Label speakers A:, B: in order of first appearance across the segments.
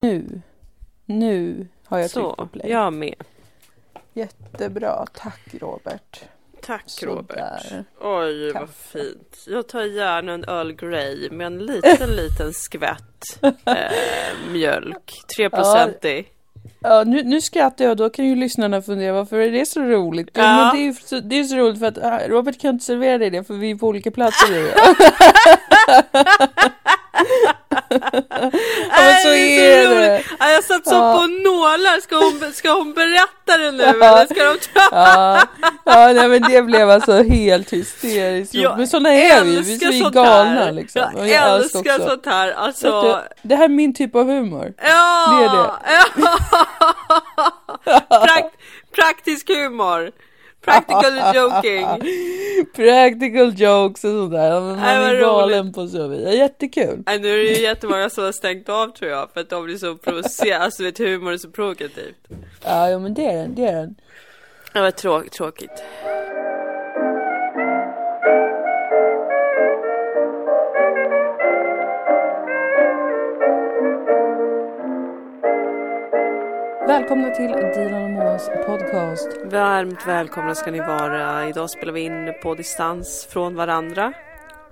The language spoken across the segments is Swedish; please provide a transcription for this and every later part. A: Nu. Nu har jag tryckt på
B: Så,
A: play.
B: jag med.
A: Jättebra. Tack Robert.
B: Tack
A: Sådär.
B: Robert. Oj
A: Kaffe.
B: vad fint. Jag tar gärna en Earl Grey med en liten liten skvätt eh, mjölk. 3-procentig.
A: Ja, nu, nu skrattar jag och då kan ju lyssnarna fundera varför är det så roligt? Ja.
B: Ja.
A: Men det, är ju så, det är så roligt för att ah, Robert kan inte servera dig det för vi är på olika platser du och jag. ja, men så
B: Nej, det
A: är
B: så
A: det.
B: roligt. Ja, jag satt så
A: Ja.
B: på nålar. Ska hon, ska hon berätta det nu
A: Ja.
B: eller ska de ta?
A: Ja, ja nej, men det blev alltså helt hysteriskt. roligt. men sådana är vi, vi är så galna liksom.
B: Jag,
A: Och
B: älskar sånt här. Alltså,
A: Vet du, det här är min typ av humor.
B: ja,
A: det är det.
B: Ja. Prakt, praktisk humor. Practical joking.
A: Practical jokes och sådär. Ja, men Man
B: Nej, vad
A: är galen
B: roligt.
A: på så vis. Ja, Jättekul.
B: Nej, nu är det ju jättemånga som har stängt av tror jag för att de blir så provocerade, alltså vet humor är så provokativt.
A: Ja, ja, men det är den, det är den.
B: Det var trå- tråkigt.
A: Välkomna till Dilan och Moas podcast.
B: Varmt välkomna ska ni vara. Idag spelar vi in på distans från varandra.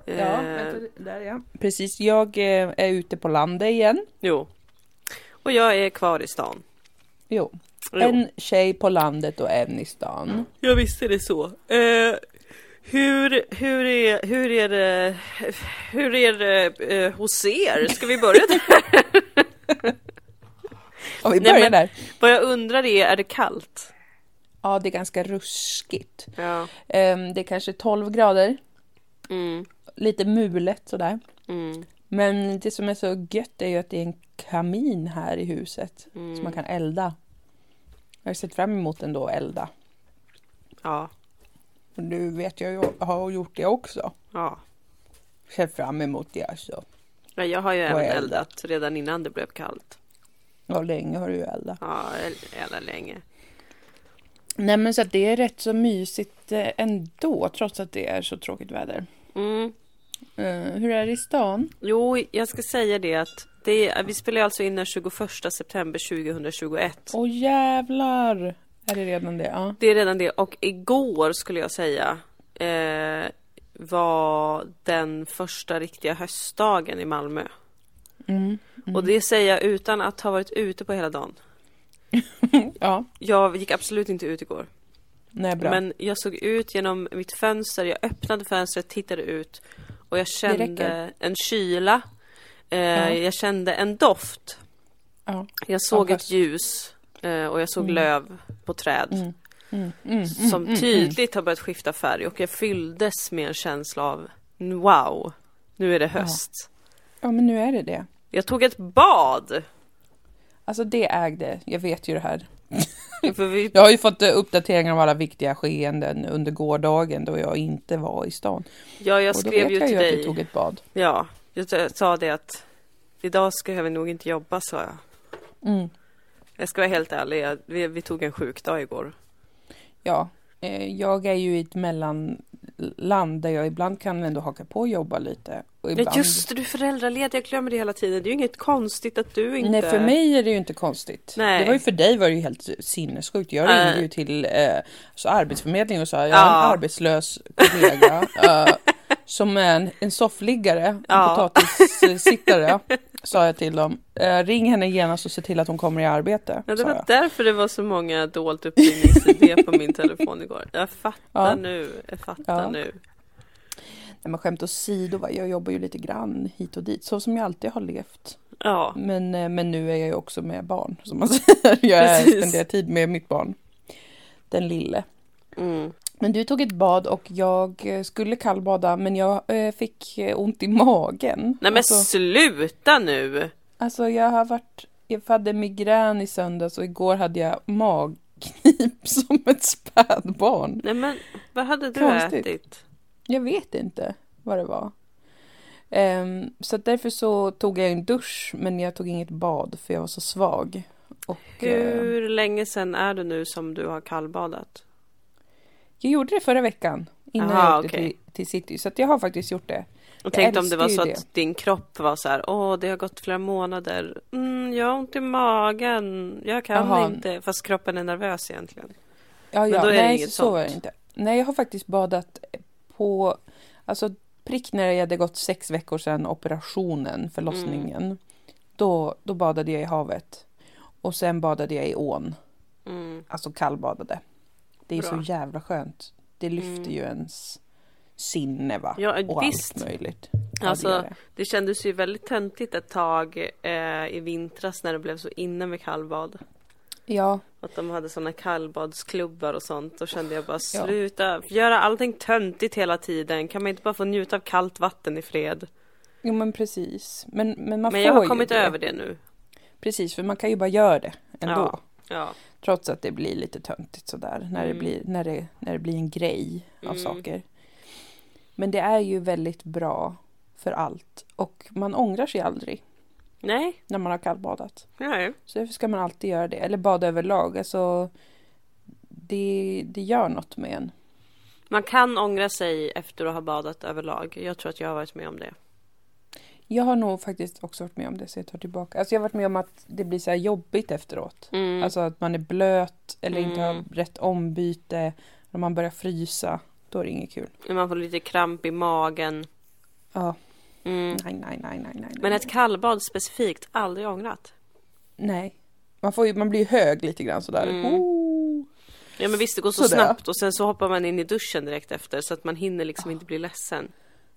A: Ja,
B: eh,
A: vänta, där är jag. Precis, jag eh, är ute på landet igen.
B: jo. Och jag är kvar i stan.
A: Jo.
B: Jo.
A: En tjej på landet och en i stan.
B: Jag visste det så. Eh, hur, hur, är, hur är det, hur är det eh, hos er? Ska vi börja där?
A: Ja, vi
B: Nej,
A: börjar
B: men-
A: där.
B: Vad jag undrar är, är det kallt?
A: Ja, det är ganska ruskigt.
B: Ja.
A: Ehm, det är kanske 12 grader.
B: Mm,
A: Lite mulet sådär.
B: mm,
A: Men det som är så gött är ju att det är en kamin här i huset.
B: mm.
A: Så man kan elda. Jag har sett fram emot den då, elda.
B: ja,
A: Och nu vet jag ju, har gjort det också.
B: ja.
A: Ser fram emot det alltså.
B: Ja, jag har ju även
A: eldat.
B: eldat redan innan det blev kallt.
A: Ja, länge har du ju eldat.
B: Ja, el- eldat länge.
A: Nej men så att det är rätt så mysigt eh, ändå trots att det är så tråkigt väder.
B: Mm.
A: Eh, hur är det i stan?
B: Jo, jag ska säga det att det är, vi spelar alltså in den 21 september 2021.
A: Åh jävlar! Är det redan det? Ja.
B: Det är redan det. Och igår skulle jag säga eh, var den första riktiga höstdagen i Malmö.
A: Mm.
B: Och det säger jag utan att ha varit ute på hela dagen.
A: Ja,
B: Jag gick absolut inte ut igår.
A: nej bra.
B: Men jag såg ut genom mitt fönster, jag öppnade fönstret, tittade ut och jag kände
A: räcker.
B: en kyla. Eh, Jag kände en doft.
A: Ja.
B: Jag såg
A: Ja,
B: ett ljus eh, och jag såg löv på träd
A: Mm. Mm, mm,
B: som
A: mm,
B: tydligt har börjat skifta färg och jag fylldes med en känsla av wow, nu är det höst.
A: Ja men nu är det det.
B: Jag tog ett bad.
A: Alltså det ägde, jag vet ju det här.
B: För vi,
A: Jag har ju fått eh, uppdateringar om alla viktiga skeenden under gårdagen då jag inte var i stan.
B: ja, jag
A: Och då
B: skrev
A: vet
B: ju
A: jag
B: till
A: ju att du
B: dig.
A: tog ett bad.
B: Ja, jag t- sa det att idag ska jag väl nog inte jobba sa jag.
A: Mm.
B: Jag ska vara helt ärlig, jag- vi, vi tog en sjukdag igår.
A: Ja, eh, jag är ju i ett mellanland där jag ibland kan ändå haka på och jobba lite. Och
B: Ja,
A: ibland...
B: just det, du är föräldraledig, jag glömmer det hela tiden. Det är ju inget konstigt att du inte...
A: Nej, för mig är det ju inte konstigt.
B: Nej.
A: Det var ju för dig var det ju helt sinnessjukt. Jag
B: Äh.
A: ringde ju till eh, så Arbetsförmedlingen och sa jag har
B: Ja.
A: en arbetslös kollega eh, som är en, en soffliggare, en
B: Ja.
A: potatissittare, sa jag till dem. Eh, ring henne genast och se till att hon kommer i arbete.
B: Ja, det
A: sa
B: var
A: jag.
B: därför det var så många dolt uppringningsidéer på min telefon igår. Jag fattar
A: Ja.
B: nu, jag fattar
A: Ja.
B: nu.
A: Nej, men skämt åsido, va, jag jobbar ju lite grann hit och dit, så som jag alltid har levt.
B: Ja,
A: Men, eh, men nu är jag ju också med barn, som man säger. Jag
B: Precis.
A: spenderar tid med mitt barn, den lille.
B: mm.
A: Men du tog ett bad och jag eh, skulle kallbada men jag eh, fick eh, ont i magen.
B: Nej men
A: alltså,
B: sluta nu!
A: alltså jag har varit, jag hade migrän i söndags och igår hade jag magknip som ett spädbarn.
B: Nej men, vad hade du
A: Konstigt.
B: ätit?
A: Jag vet inte vad det var. Ehm, så att därför så tog jag en dusch men jag tog inget bad för jag var så svag. Och, eh,
B: Hur länge sedan är det nu som du har kallbadat?
A: jag gjorde det förra veckan innan
B: Aha,
A: jag åkte
B: okej.
A: till, till city så att jag har faktiskt gjort det.
B: Och tänkte om det var så
A: älskar ju
B: att din kropp var så här, åh det har gått flera månader, mm, jag har ont i magen, jag kan
A: Jaha.
B: inte, fast kroppen är nervös egentligen.
A: Ja, ja.
B: då är det
A: Nej,
B: inget
A: så var
B: sånt.
A: det inte. Nej, jag har faktiskt badat på, alltså prick när det hade gått sex veckor sedan operationen, förlossningen.
B: Mm.
A: Då, då badade jag i havet. Och sen badade jag i ån,
B: Mm.
A: alltså kallbadade. Det är
B: Bra.
A: så jävla skönt. Det lyfter
B: Mm.
A: ju ens sinne va?
B: Ja,
A: Ah, och
B: visst.
A: allt möjligt.
B: Alltså,
A: det gör det.
B: Det kändes ju väldigt töntigt ett tag eh, i vintras när det blev så inne med kallbad.
A: ja,
B: Att de hade såna kallbadsklubbar och sånt. Då kände jag bara sluta göra allting töntigt hela tiden. Kan man inte bara få njuta av kallt vatten i fred?
A: jo men precis. Men, men man
B: Men
A: får
B: jag har
A: ju
B: kommit
A: det.
B: över det nu.
A: Precis, för man kan ju bara göra det ändå.
B: Ja. Ja.
A: Trots att det blir lite töntigt sådär när, det,
B: Mm.
A: blir, när, det, när det blir en grej av
B: Mm.
A: saker. Men det är ju väldigt bra för allt och man ångrar sig aldrig
B: Nej.
A: när man har kallbadat.
B: Nej.
A: Så därför ska man alltid göra det, eller bada överlag. Alltså, det, det gör något med en.
B: Man kan ångra sig efter att ha badat överlag. Jag tror att jag har varit med om det.
A: Jag har nog faktiskt också varit med om det så jag tar tillbaka. Alltså jag har varit med om att det blir så här jobbigt efteråt.
B: Mm.
A: Alltså att man är blöt eller inte
B: Mm.
A: har rätt ombyte. När man börjar frysa, då är det inget kul.
B: Man får lite kramp i magen.
A: Ja,
B: Mm.
A: nej, nej, nej, nej, nej.
B: Men
A: nej.
B: ett kallbad specifikt, aldrig ångrat.
A: Nej. Man, får ju, man blir ju hög lite grann sådär.
B: Mm.
A: Oh.
B: Ja men visst det går så
A: Sådär.
B: snabbt och sen så hoppar man in i duschen direkt efter så att man hinner liksom inte bli ledsen.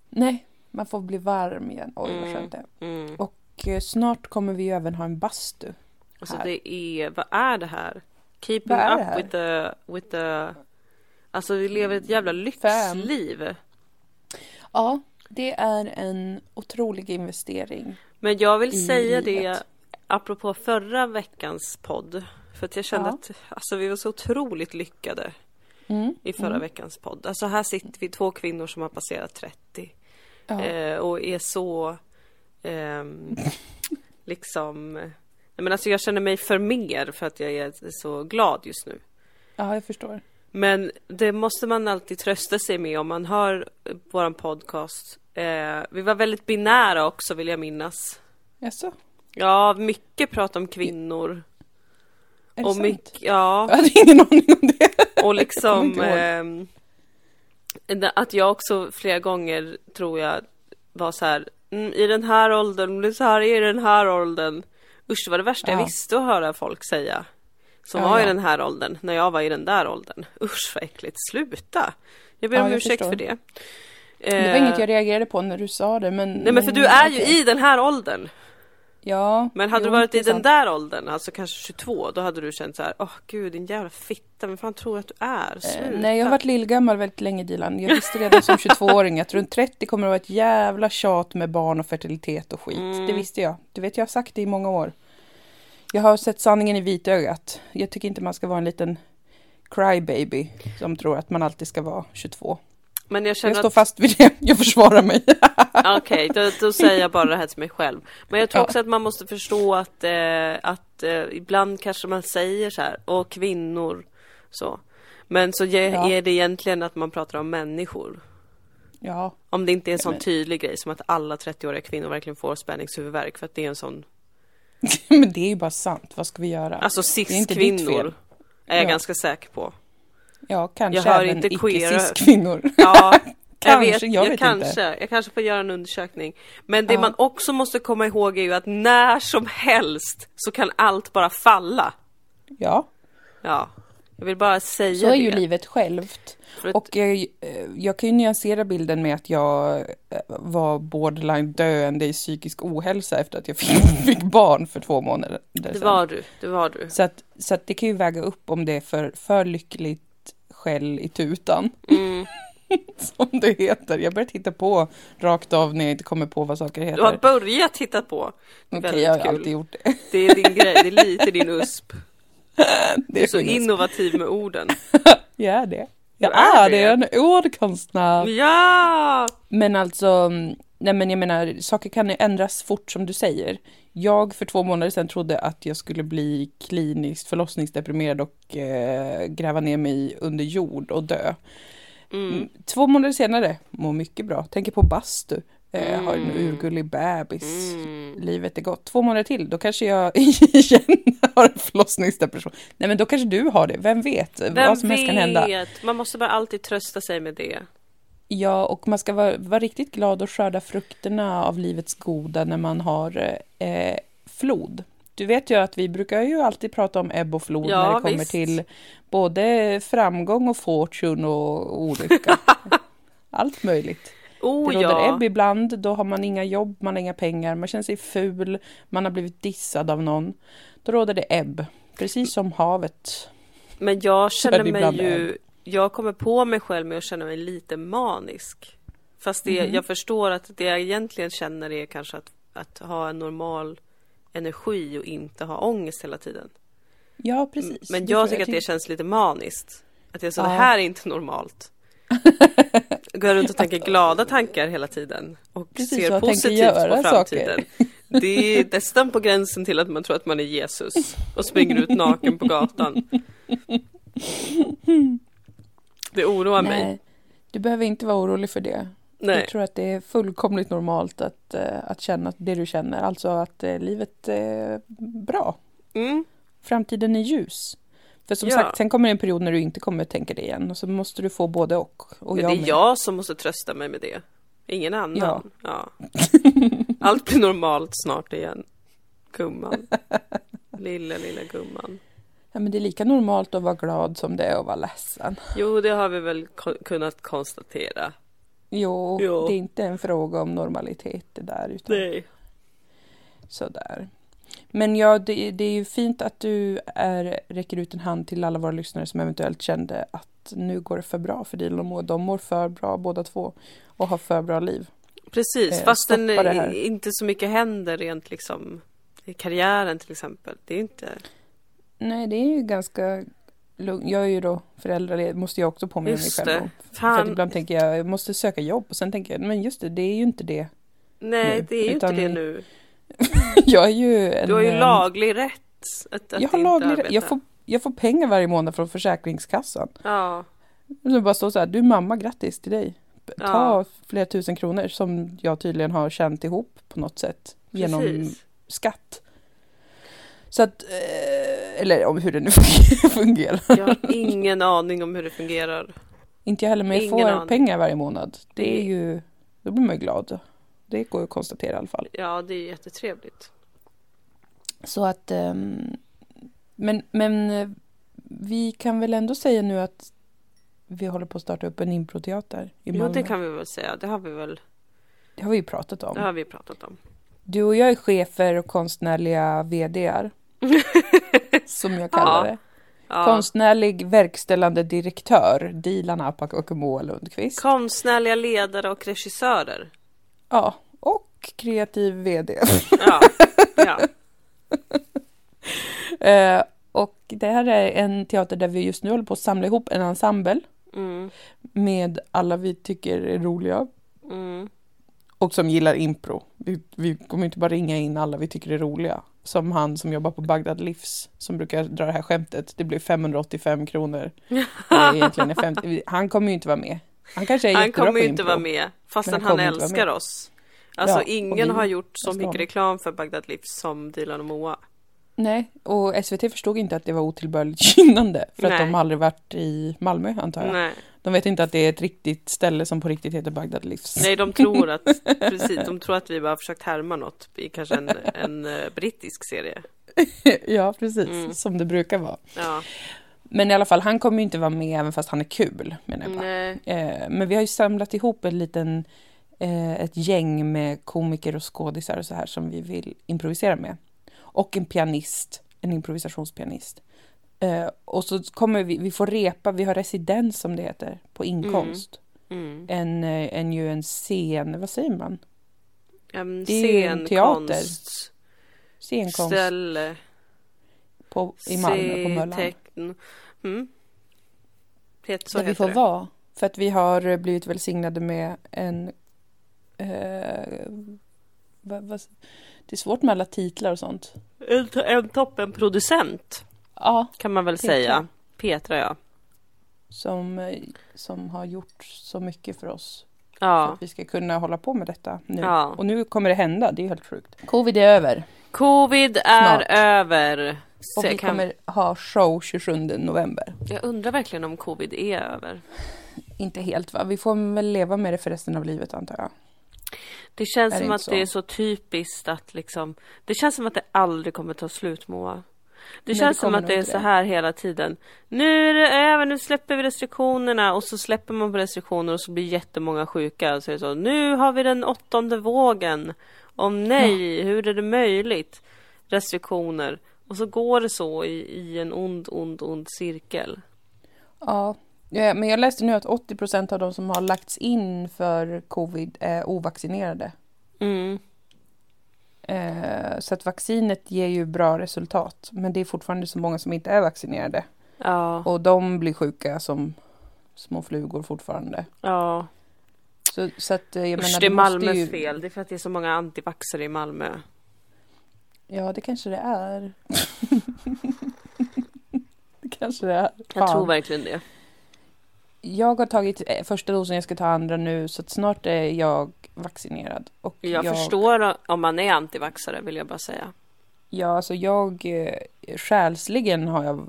A: Nej, man får bli varm igen. Oj, vad
B: Mm.
A: skönt det är.
B: Mm.
A: Och eh, snart kommer vi ju även ha en bastu.
B: Alltså
A: Här.
B: det är, vad är det här? Keeping
A: Vad är det
B: up
A: här?
B: with the, with the Alltså vi lever ett jävla
A: Fem.
B: lyxliv.
A: Ja, det är en otrolig investering.
B: Men jag vill
A: I
B: säga det
A: livet.
B: apropå förra veckans podd. För att jag kände
A: Ja.
B: att alltså, vi var så otroligt lyckade
A: Mm.
B: i förra veckans podd. Alltså här sitter vi två kvinnor som har passerat 30.
A: Ja.
B: Eh, och är så ehm, liksom Nej, men alltså jag känner mig för mer för att jag är så glad just nu.
A: ja, jag förstår.
B: Men det måste man alltid trösta sig med om man hör eh, våran podcast. Eh, vi var väldigt binära också vill jag minnas.
A: Jaså?
B: Ja, mycket prat om kvinnor.
A: Är det
B: Och
A: sant?
B: mycket, ja,
A: Jag hade ingen aning om det.
B: och
A: kommer
B: liksom
A: inte
B: ehm, att jag också flera gånger tror jag var så här mm, i den här åldern, blev så här i den här åldern. Usch, det var det värsta jag
A: Ja.
B: visste att höra folk säga. Som
A: Ja,
B: var i
A: ja.
B: den här åldern, när jag var i den där åldern. Usch vad äckligt, sluta! Jag ber
A: Ja,
B: om
A: jag
B: ursäkt
A: förstår.
B: för det.
A: Det var
B: Eh,
A: inget jag reagerade på när du sa det. Men,
B: Nej men för du är ju
A: okej.
B: i den här åldern.
A: Ja.
B: Men hade
A: jo,
B: du varit
A: det
B: i
A: är
B: den
A: sant.
B: där åldern, alltså kanske 22, då hade du känt så här, åh gud din jävla fitta, vem fan tror du att du är? Sluta.
A: Eh, Nej, jag har varit lillgammal väldigt länge Dilan. Jag visste redan som 22-åring att runt 30 kommer det vara ett jävla tjat med barn och fertilitet och skit.
B: Mm.
A: Det visste jag. Du vet, jag har sagt det i många år. Jag har sett sanningen i vitögat. Jag tycker inte man ska vara en liten crybaby som tror att man alltid ska vara 22.
B: Men jag känner
A: Jag
B: att
A: står fast vid det. Jag försvarar mig.
B: Okej, då, då säger jag bara det här till mig själv. Men jag tror
A: Ja.
B: också att man måste förstå att, eh, att eh, ibland kanske man säger så här, och kvinnor så. Men så ge,
A: Ja.
B: är det egentligen att man pratar om människor.
A: Ja,
B: Om det inte är en sån
A: men-
B: tydlig grej som att alla 30-åriga kvinnor verkligen får spänningshuvudvärk för att det är en sån,
A: men det är ju bara sant. Vad ska vi göra?
B: alltså
A: inte ditt
B: cis-kvinnor
A: fel.
B: är jag
A: Ja.
B: ganska säker på.
A: ja, kanske
B: jag hör
A: även
B: inte queer-
A: icke-cis-kvinnor.
B: Ja, jag
A: Kanske,
B: vet,
A: jag
B: jag,
A: vet
B: kanske,
A: inte.
B: jag kanske får göra en undersökning. Men det
A: Ja.
B: man också måste komma ihåg är ju att när som helst så kan allt bara falla.
A: Ja,
B: Ja, jag vill bara säga
A: så är ju
B: det.
A: livet självt.
B: För att,
A: Och eh, eh, jag kan ju nyansera bilden med att jag eh, var borderline döende i psykisk ohälsa efter att jag fick, fick barn för två månader
B: det
A: sedan.
B: var du, det var du.
A: Så, att, så att det kan ju väga upp om det är för, för lyckligt skäll i tutan,
B: Mm.
A: som det heter. Jag börjar titta på rakt av när jag inte kommer på vad saker
B: Du har
A: heter.
B: börjat titta på. Det är
A: Okej,
B: väldigt
A: jag har
B: kul.
A: alltid gjort det.
B: Det är din grej, det är lite din USP.
A: Det
B: Du
A: är
B: är så
A: min-
B: innovativ med orden.
A: Jag är det. Jag
B: Du är
A: är det, jag är en ordkonstnär.
B: Ja!
A: Men alltså, mm, nej men jag menar, saker kan ju ändras fort som du säger. Jag för två månader sedan trodde att jag skulle bli kliniskt förlossningsdeprimerad och eh, gräva ner mig under jord och dö.
B: Mm.
A: Två månader senare, mår mycket bra, tänker på bastu. Eh, Eh, Har en
B: Mm.
A: urgullig bebis.
B: Mm.
A: Livet är gott. Två månader till, då kanske jag igen har en förlossningsdepression. Nej men då kanske du har det, vem vet?
B: Vem
A: Vad som helst kan hända.
B: vet? Man måste bara alltid trösta sig med det.
A: Ja, och man ska vara, vara riktigt glad och skörda frukterna av livets goda när man har eh, flod. Du vet ju att vi brukar ju alltid prata om ebb och flod
B: Ja,
A: när det kommer
B: visst.
A: till både framgång och fortune och olycka. Allt möjligt.
B: Oh
A: det råder
B: ja.
A: ebb ibland, då har man inga jobb, man har inga pengar, man känner sig ful, man har blivit dissad av någon. Då råder det ebb, precis som havet.
B: Men jag känner
A: det
B: mig
A: ibland
B: ju, jag kommer på mig själv med att känna mig lite manisk. Fast det, jag förstår att det jag egentligen känner är kanske att, att ha en normal energi och inte ha ångest hela tiden.
A: Ja, precis.
B: Men
A: Det
B: jag
A: tror
B: tycker att det känns lite maniskt. Att jag så
A: Ja.
B: det här är inte normalt. Går runt och tänker glada tankar hela tiden och
A: Precis, och
B: ser
A: tänker
B: positivt på
A: göra saker.
B: framtiden. Det är nästan på gränsen till att man tror att man är Jesus och springer ut naken på gatan. Det oroar mig.
A: Nej, du behöver inte vara orolig för det.
B: Nej.
A: Jag tror att det är fullkomligt normalt att, eh, att känna det du känner, alltså att eh, livet är bra.
B: Mm.
A: Framtiden är ljus. För som
B: Ja.
A: sagt, sen kommer det en period när du inte kommer att tänka det igen och så måste du få både och. och
B: Men det
A: med.
B: är jag som måste trösta mig med det. Ingen annan.
A: Ja.
B: Ja. Allt blir normalt snart igen. Gumman. Lilla, lilla gumman.
A: Ja, men det är lika normalt att vara glad som det är att vara ledsen.
B: Jo, det har vi väl ko- kunnat konstatera.
A: Jo,
B: Ja.
A: det är inte en fråga om normalitet det där. Utan
B: Nej.
A: Sådär. Men ja, det, det är ju fint att du är, räcker ut en hand till alla våra lyssnare som eventuellt kände att nu går det för bra för Dilan och Moa. De mår för bra båda två och har för bra liv.
B: Precis,
A: Eh,
B: fast den
A: stoppa det här.
B: inte så mycket händer rent liksom i karriären till exempel. Det är inte...
A: Nej, det är ju ganska lugnt. Jag är ju då föräldraledig, måste jag också påminna
B: Just
A: mig själv om. För att
B: Fan,
A: ibland tänker jag, jag måste söka jobb och sen tänker jag, men just det, det är ju inte det.
B: nej
A: nu,
B: det är ju
A: utan
B: inte det nu.
A: Jag är ju en...
B: Du har ju
A: eh,
B: laglig rätt att, att
A: Jag har
B: inte
A: laglig
B: arbeta.
A: jag får, jag får pengar varje månad från Försäkringskassan.
B: Ja,
A: Det bara står så här, du mamma, grattis till dig. Ta
B: Ja.
A: flera tusen kronor som jag tydligen har tjänat ihop på något sätt genom
B: precis.
A: skatt. Så att, eh, eller om hur det nu fungerar.
B: Jag har ingen aning om hur det fungerar.
A: Inte jag heller, men jag
B: Ingen
A: får
B: aning.
A: pengar varje månad. Det är ju, då blir man ju glad. Det går ju att konstatera i alla fall.
B: Ja, det är jättetrevligt.
A: Så att, ehm, men, men eh, vi kan väl ändå säga nu att vi håller på att starta upp en improteater i
B: Jo,
A: Malmö.
B: det kan vi väl säga. Det har vi väl.
A: Det har vi ju pratat om.
B: Det har vi pratat om.
A: Du och jag är chefer och konstnärliga VDR. som jag kallar
B: Ja.
A: det.
B: Ja.
A: Konstnärlig verkställande direktör, Dilan Apak och Moa Lundqvist.
B: Konstnärliga ledare och regissörer.
A: Ja, och kreativ VD.
B: Ja, ja.
A: Eh, och det här är en teater där vi just nu håller på att samla ihop en ensemble
B: Mm.
A: med alla vi tycker är roliga
B: Mm.
A: och som gillar impro. Vi, vi kommer inte bara ringa in alla vi tycker är roliga. Som han som jobbar på Bagdad Livs som brukar dra det här skämtet. Det blir 585 kronor. Eller egentligen är 50. Han kommer ju inte vara med. Han kanske är
B: Han
A: jättebra
B: kommer ju
A: på
B: inte
A: impro.
B: vara med fastän
A: Men
B: han
A: han kommer inte vara
B: älskar
A: med.
B: oss. Alltså
A: Ja, och
B: ingen
A: vi
B: har gjort så
A: älskar
B: mycket
A: honom.
B: reklam för Bagdad Livs som Dilan och Moa.
A: Nej, och SVT förstod inte att det var otillbörligt gynnande. För
B: Nej.
A: att de har aldrig varit i Malmö antar jag.
B: Nej.
A: De vet inte att det är ett riktigt ställe som på riktigt heter Bagdad Livs.
B: Nej, de tror att, precis, de tror att vi bara har försökt härma något i kanske en, en eh, brittisk serie.
A: ja, precis.
B: Mm.
A: Som det brukar vara.
B: Ja.
A: Men i alla fall, han kommer ju inte vara med även fast han är kul menar jag bara.
B: Nej.
A: Eh, men vi har ju samlat ihop en liten, eh, ett gäng med komiker och skådisar och så här som vi vill improvisera med. Och en pianist, en improvisationspianist. Eh, och så kommer vi, vi får repa, vi har residens som det heter, på inkomst.
B: Mm.
A: En, eh, en ju en scen, vad säger man?
B: En
A: Det är ju en teater.
B: scenkonst-
A: Scenkonst
B: ställe
A: på, i Malmö, på Möllan.
B: Scetekn- Mm. Het, så
A: Där vi
B: heter
A: får
B: det.
A: vara. För att vi har eh, blivit välsignade med en... Eh, vad, vad, det är svårt med alla titlar och sånt.
B: En, to- en toppenproducent
A: Ja,
B: kan man väl
A: Petra.
B: säga. Petra ja.
A: som, eh, som har gjort så mycket för oss. För
B: Ja.
A: att vi ska kunna hålla på med detta nu.
B: Ja.
A: Och nu kommer det hända, det är ju helt sjukt. Covid är över.
B: Covid är
A: Snart.
B: över.
A: Och
B: Så
A: vi
B: jag, kan...
A: kommer ha show 27 november.
B: jag undrar verkligen om covid är över.
A: Inte helt va? Vi får väl leva med det för resten av livet antar jag.
B: Det känns
A: Är det
B: som
A: inte
B: att
A: så?
B: det är så typiskt att liksom Det känns som att det aldrig kommer ta slut Moa. Det
A: Nej, det
B: känns som
A: kommer
B: att
A: nog
B: det är
A: inte
B: så
A: det.
B: här hela tiden. Nu är det över, nu släpper vi restriktionerna och så släpper man på restriktioner och så blir jättemånga sjuka. Så är det så, nu har vi den åttonde vågen. Om nej, hur är det möjligt? Restriktioner. Och så går det så i, i en ond, ond, ond cirkel.
A: Ja. Ja, Men jag läste nu att 80 av de som har lagts in för covid är ovaccinerade.
B: Mm.
A: Eh, så att vaccinet ger ju bra resultat. Men det är fortfarande så många som inte är vaccinerade.
B: Ja,
A: Och de blir sjuka som små flugor fortfarande.
B: ja.
A: Så, så att eh, jag
B: Usch,
A: menar,
B: det är
A: det måste
B: Malmös
A: ju...
B: fel. Det är för att det är så många antivaxxare i Malmö.
A: Ja, det kanske det är. det kanske det är.
B: Jag
A: Fan.
B: tror verkligen det.
A: Jag har tagit eh, första dosen, jag ska ta andra nu så att snart är jag vaccinerad. Och
B: Jag, förstår om man är antivaxxare vill jag bara säga.
A: Ja, alltså jag eh, själsligen har jag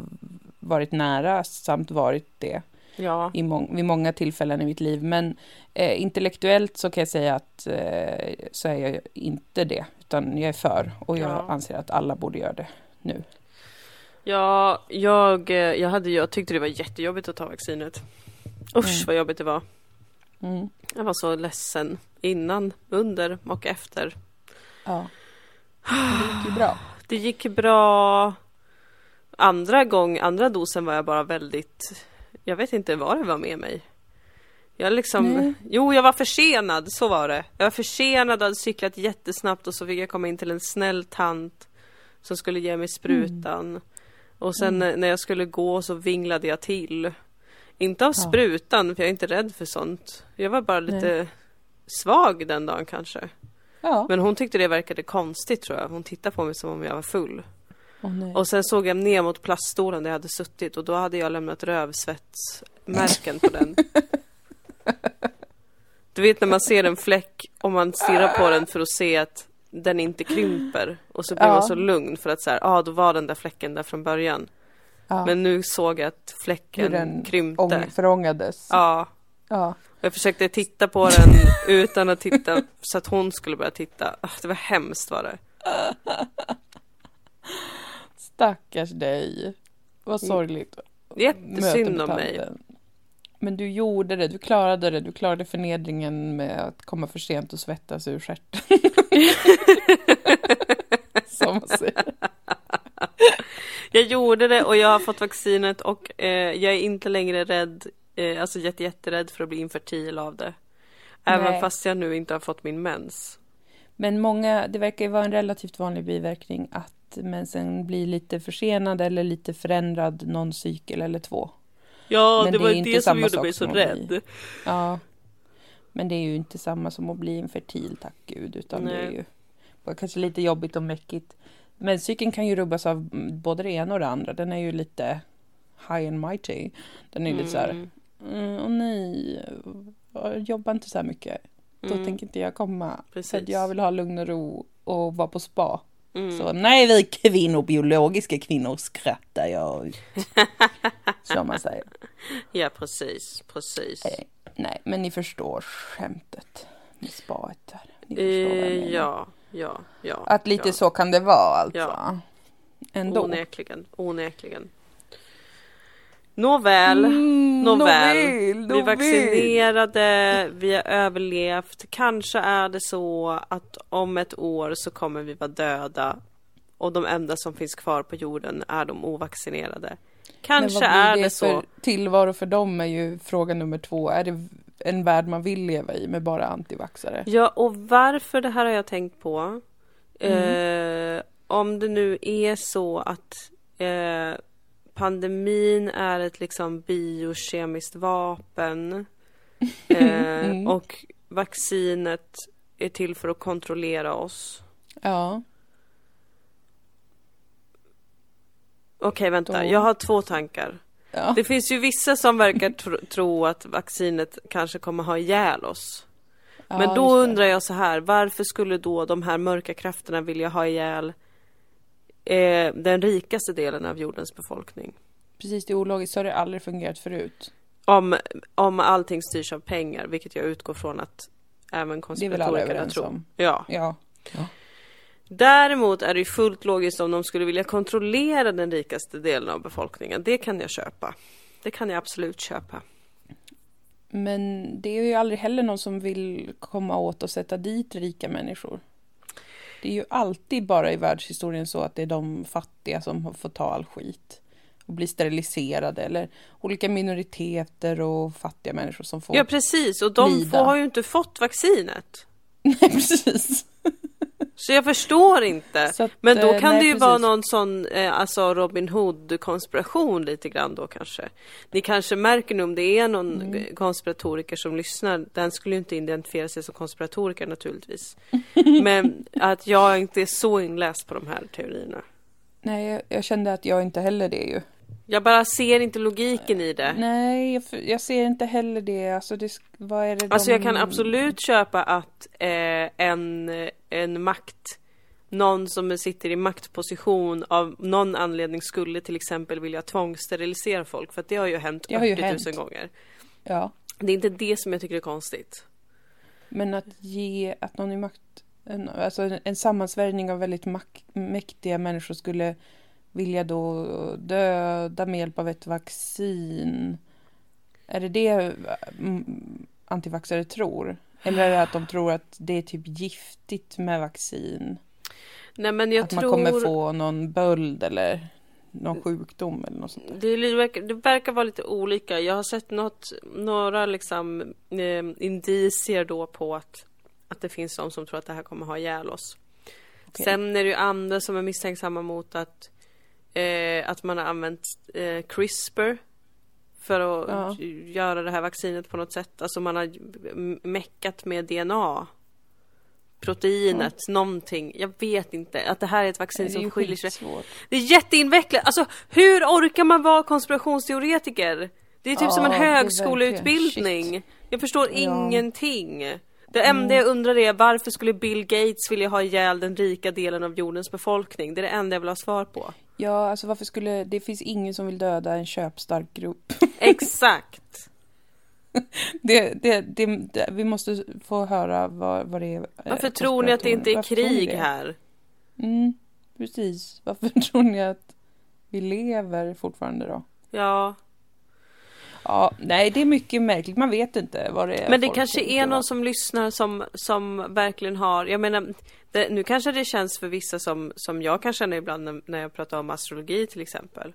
A: varit nära samt varit det
B: Ja.
A: i må- vid många tillfällen i mitt liv. Men eh, intellektuellt så kan jag säga att eh, så är jag inte det, utan jag är för och jag
B: Ja.
A: anser att alla borde göra det.
B: Ja, jag, eh, jag, hade, jag tyckte det var jättejobbigt att ta vaccinet. Usch
A: Mm.
B: vad jobbigt det var.
A: Mm.
B: Jag var så ledsen innan, under och efter.
A: Ja. Men Det gick ju bra.
B: Det gick bra. Andra gång, andra dosen var jag bara väldigt, jag vet inte vad det var med mig. Jag liksom,
A: Nej.
B: jo jag var försenad, så var det. Jag var försenad och hade cyklat jättesnabbt och så fick jag komma in till en snäll tant som skulle ge mig sprutan.
A: Mm.
B: Och sen när jag skulle gå så vinglade jag till. Inte av
A: Ja.
B: sprutan, för jag är inte rädd för sånt. Jag var bara lite svag den dagen kanske.
A: Ja.
B: Men hon tyckte det verkade konstigt tror jag. Hon tittade på mig som om jag var full.
A: Åh, nej.
B: Och sen såg jag ner mot plaststolen där jag hade suttit och då hade jag lämnat rövsvetsmärken på den. Du vet när man ser en fläck och man stirrar på den för att se att den inte krymper. Och så blir
A: Ja.
B: man så lugn för att så här, ja ah, då var den där fläcken där från början.
A: ja.
B: Men nu såg jag att fläcken
A: Hur den
B: krympte.
A: Ång- förångades.
B: Ja.
A: Ja.
B: Jag försökte titta på den utan att titta så att hon skulle börja titta. Ah, Det var hemskt var det.
A: Stackars dig. Vad sorgligt. Möte
B: Mm. Jättesynd
A: med
B: om mig.
A: tanten. Men du gjorde det, du klarade det, du klarade förnedringen med att komma för sent och svettas ur stjärten. Som man säger.
B: Jag gjorde det och jag har fått vaccinet och eh, jag är inte längre rädd, eh, alltså jätte, jätterädd för att bli infertil av det. Även
A: Nej.
B: fast jag nu inte har fått min mens.
A: Men många, det verkar ju vara en relativt vanlig biverkning att mensen blir lite försenad eller lite förändrad någon cykel eller två.
B: Ja,
A: Men
B: det
A: det
B: var
A: är
B: ju
A: inte
B: det som
A: samma
B: gjorde
A: sak
B: mig så
A: som att
B: rädd. Mm.
A: bli- Ja. Men det är ju inte samma som att bli infertil, tack gud, utan det är
B: Nej.
A: ju bara kanske lite jobbigt och mäckigt. Men cykeln kan ju rubbas av mm, både det ena och det andra. Den är ju lite high and mighty. Den är ju lite så här,
B: Mm,
A: mm, åh nej, jag eh, jobbar inte så här mycket. Då
B: mm,
A: tänker inte jag komma. För
B: precis.
A: att jag vill ha lugn och ro och vara på spa.
B: Mm.
A: Så nej, vi kvinnor, biologiska kvinnor skrattar jag ut. Som man säger.
B: Ja, precis, precis.
A: Eh, Nej, men ni förstår skämtet med spaet där. Ni förstår vad jag
B: Eh,
A: menar.
B: ja, ja, ja.
A: Att lite
B: ja.
A: så kan det vara alltså.
B: Ja.
A: Ändå.
B: Onekligen, onekligen. Nåväl.
A: Mm,
B: Nåväl. Vi
A: nåväl.
B: är vaccinerade, vi har överlevt. Kanske är det så att om ett år så kommer vi vara döda och de enda som finns kvar på jorden är de ovaccinerade.
A: Men vad
B: Kanske
A: blir
B: är det,
A: för
B: så.
A: Tillvaro för dem är ju fråga nummer två. Är det en värld man vill leva i med bara antivaxare?
B: Ja, och varför det här har jag tänkt på. Eh, om det nu är så att eh, pandemin är ett liksom biokemiskt vapen eh, och vaccinet är till för att kontrollera oss.
A: Ja.
B: Okej, vänta.
A: Då-
B: Jag har två tankar.
A: ja.
B: Det finns ju vissa som verkar tro, tro att vaccinet kanske kommer ha ihjäl oss.
A: Ja,
B: Men då
A: just det.
B: undrar jag så här, varför skulle då de här mörka krafterna vilja ha ihjäl eh, den rikaste delen av jordens befolkning?
A: Precis, det är ologiskt. Så har det aldrig fungerat förut.
B: Om, om allting styrs av pengar, vilket jag utgår från att även
A: Det är väl alla
B: konspiratorikerna
A: överens
B: tror.
A: om.
B: Ja.
A: Ja.
B: Däremot är det ju fullt logiskt om de skulle vilja kontrollera den rikaste delen av befolkningen. Det kan jag köpa. Det kan jag absolut köpa.
A: Men det är ju aldrig heller någon som vill komma åt och sätta dit rika människor. Det är ju alltid bara i världshistorien så att det är de fattiga som har fått ta all skit och bli steriliserade eller olika minoriteter och fattiga människor som får...
B: Ja precis, och de
A: Lida.
B: får, har ju inte fått vaccinet.
A: Nej, precis.
B: Så jag förstår inte.
A: Så att,
B: Men då
A: eh,
B: kan
A: nej,
B: det ju
A: precis.
B: vara någon sån eh, alltså Robin Hood-konspiration lite grann då kanske. Ni kanske märker nu om det är någon
A: Mm.
B: g- konspiratoriker som lyssnar. Den skulle ju inte identifiera sig som konspiratoriker naturligtvis. Men att jag inte är så inläst på de här teorierna.
A: Nej, jag- jag kände att jag inte heller det ju.
B: Jag bara ser inte logiken i det.
A: Nej, jag, f- jag ser inte heller det. Alltså, det, sk- vad är det
B: Alltså
A: de...
B: jag kan absolut köpa att eh, en, en makt, någon som sitter i maktposition av någon anledning skulle till exempel vilja tvångssterilisera folk för att det har ju hänt
A: Det har ju
B: 80 000
A: hänt.
B: gånger.
A: Ja,
B: Det är inte det som jag tycker är konstigt.
A: men att ge att någon i makt... En, alltså en, en sammansvärjning av väldigt mak- mäktiga människor skulle vilja då döda med hjälp av ett vaccin. Är det det mm, antivaxare tror? Eller är det att de tror att det är typ giftigt med vaccin?
B: Nej men jag
A: att man
B: tror...
A: kommer få någon böld eller någon sjukdom eller något sånt.
B: Det, är- det verkar, det verkar vara lite olika. Jag har sett något, några liksom, eh, indicier då på att, att det finns de som tror att det här kommer ha ihjäl oss.
A: Okej.
B: Sen är det ju andra som är misstänksamma mot att, eh, att man har använt eh, CRISPR för att
A: Ja.
B: g- göra det här vaccinet på något sätt. Alltså man har m- meckat med DNA. Proteinet, någonting. Jag vet inte. Att det här är ett vaccin
A: ju
B: som skiljer sig.
A: skitsvårt.
B: Det är jätteinvecklat. Alltså hur orkar man vara konspirationsteoretiker? Det är typ
A: Ja,
B: som en
A: det är
B: högskoleutbildning.
A: verkligen-
B: Jag förstår
A: Ja. Mm.
B: ingenting. Det enda jag undrar är varför skulle Bill Gates vilja ha ihjäl den rika delen av jordens befolkning? Det är det enda jag vill ha svar på.
A: Ja, alltså varför skulle... Det finns ingen som vill döda en köpstark grupp.
B: Exakt.
A: Det, det, det, det, vi måste få höra vad, vad det är. eh,
B: Varför tror ni att det inte är
A: Varför tror ni
B: krig
A: det?
B: här?
A: Mm, precis. Varför tror ni att vi lever fortfarande då?
B: Ja,
A: Ja, nej, det är mycket märkligt. Man vet inte vad det är
B: men det
A: folk
B: kanske
A: tänker,
B: är
A: va?
B: någon som lyssnar som, som verkligen har, jag menar, det, nu kanske det känns för vissa som, som jag kan känna ibland när, när jag pratar om astrologi till exempel.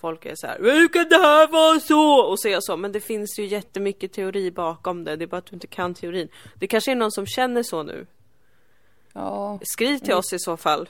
B: Folk är så här, hur kan det här vara så? Och så är jag så, men det finns ju jättemycket teori bakom det, det är bara att du inte kan teorin. Det kanske är någon som känner så nu.
A: Ja,
B: Skriv till oss i så fall.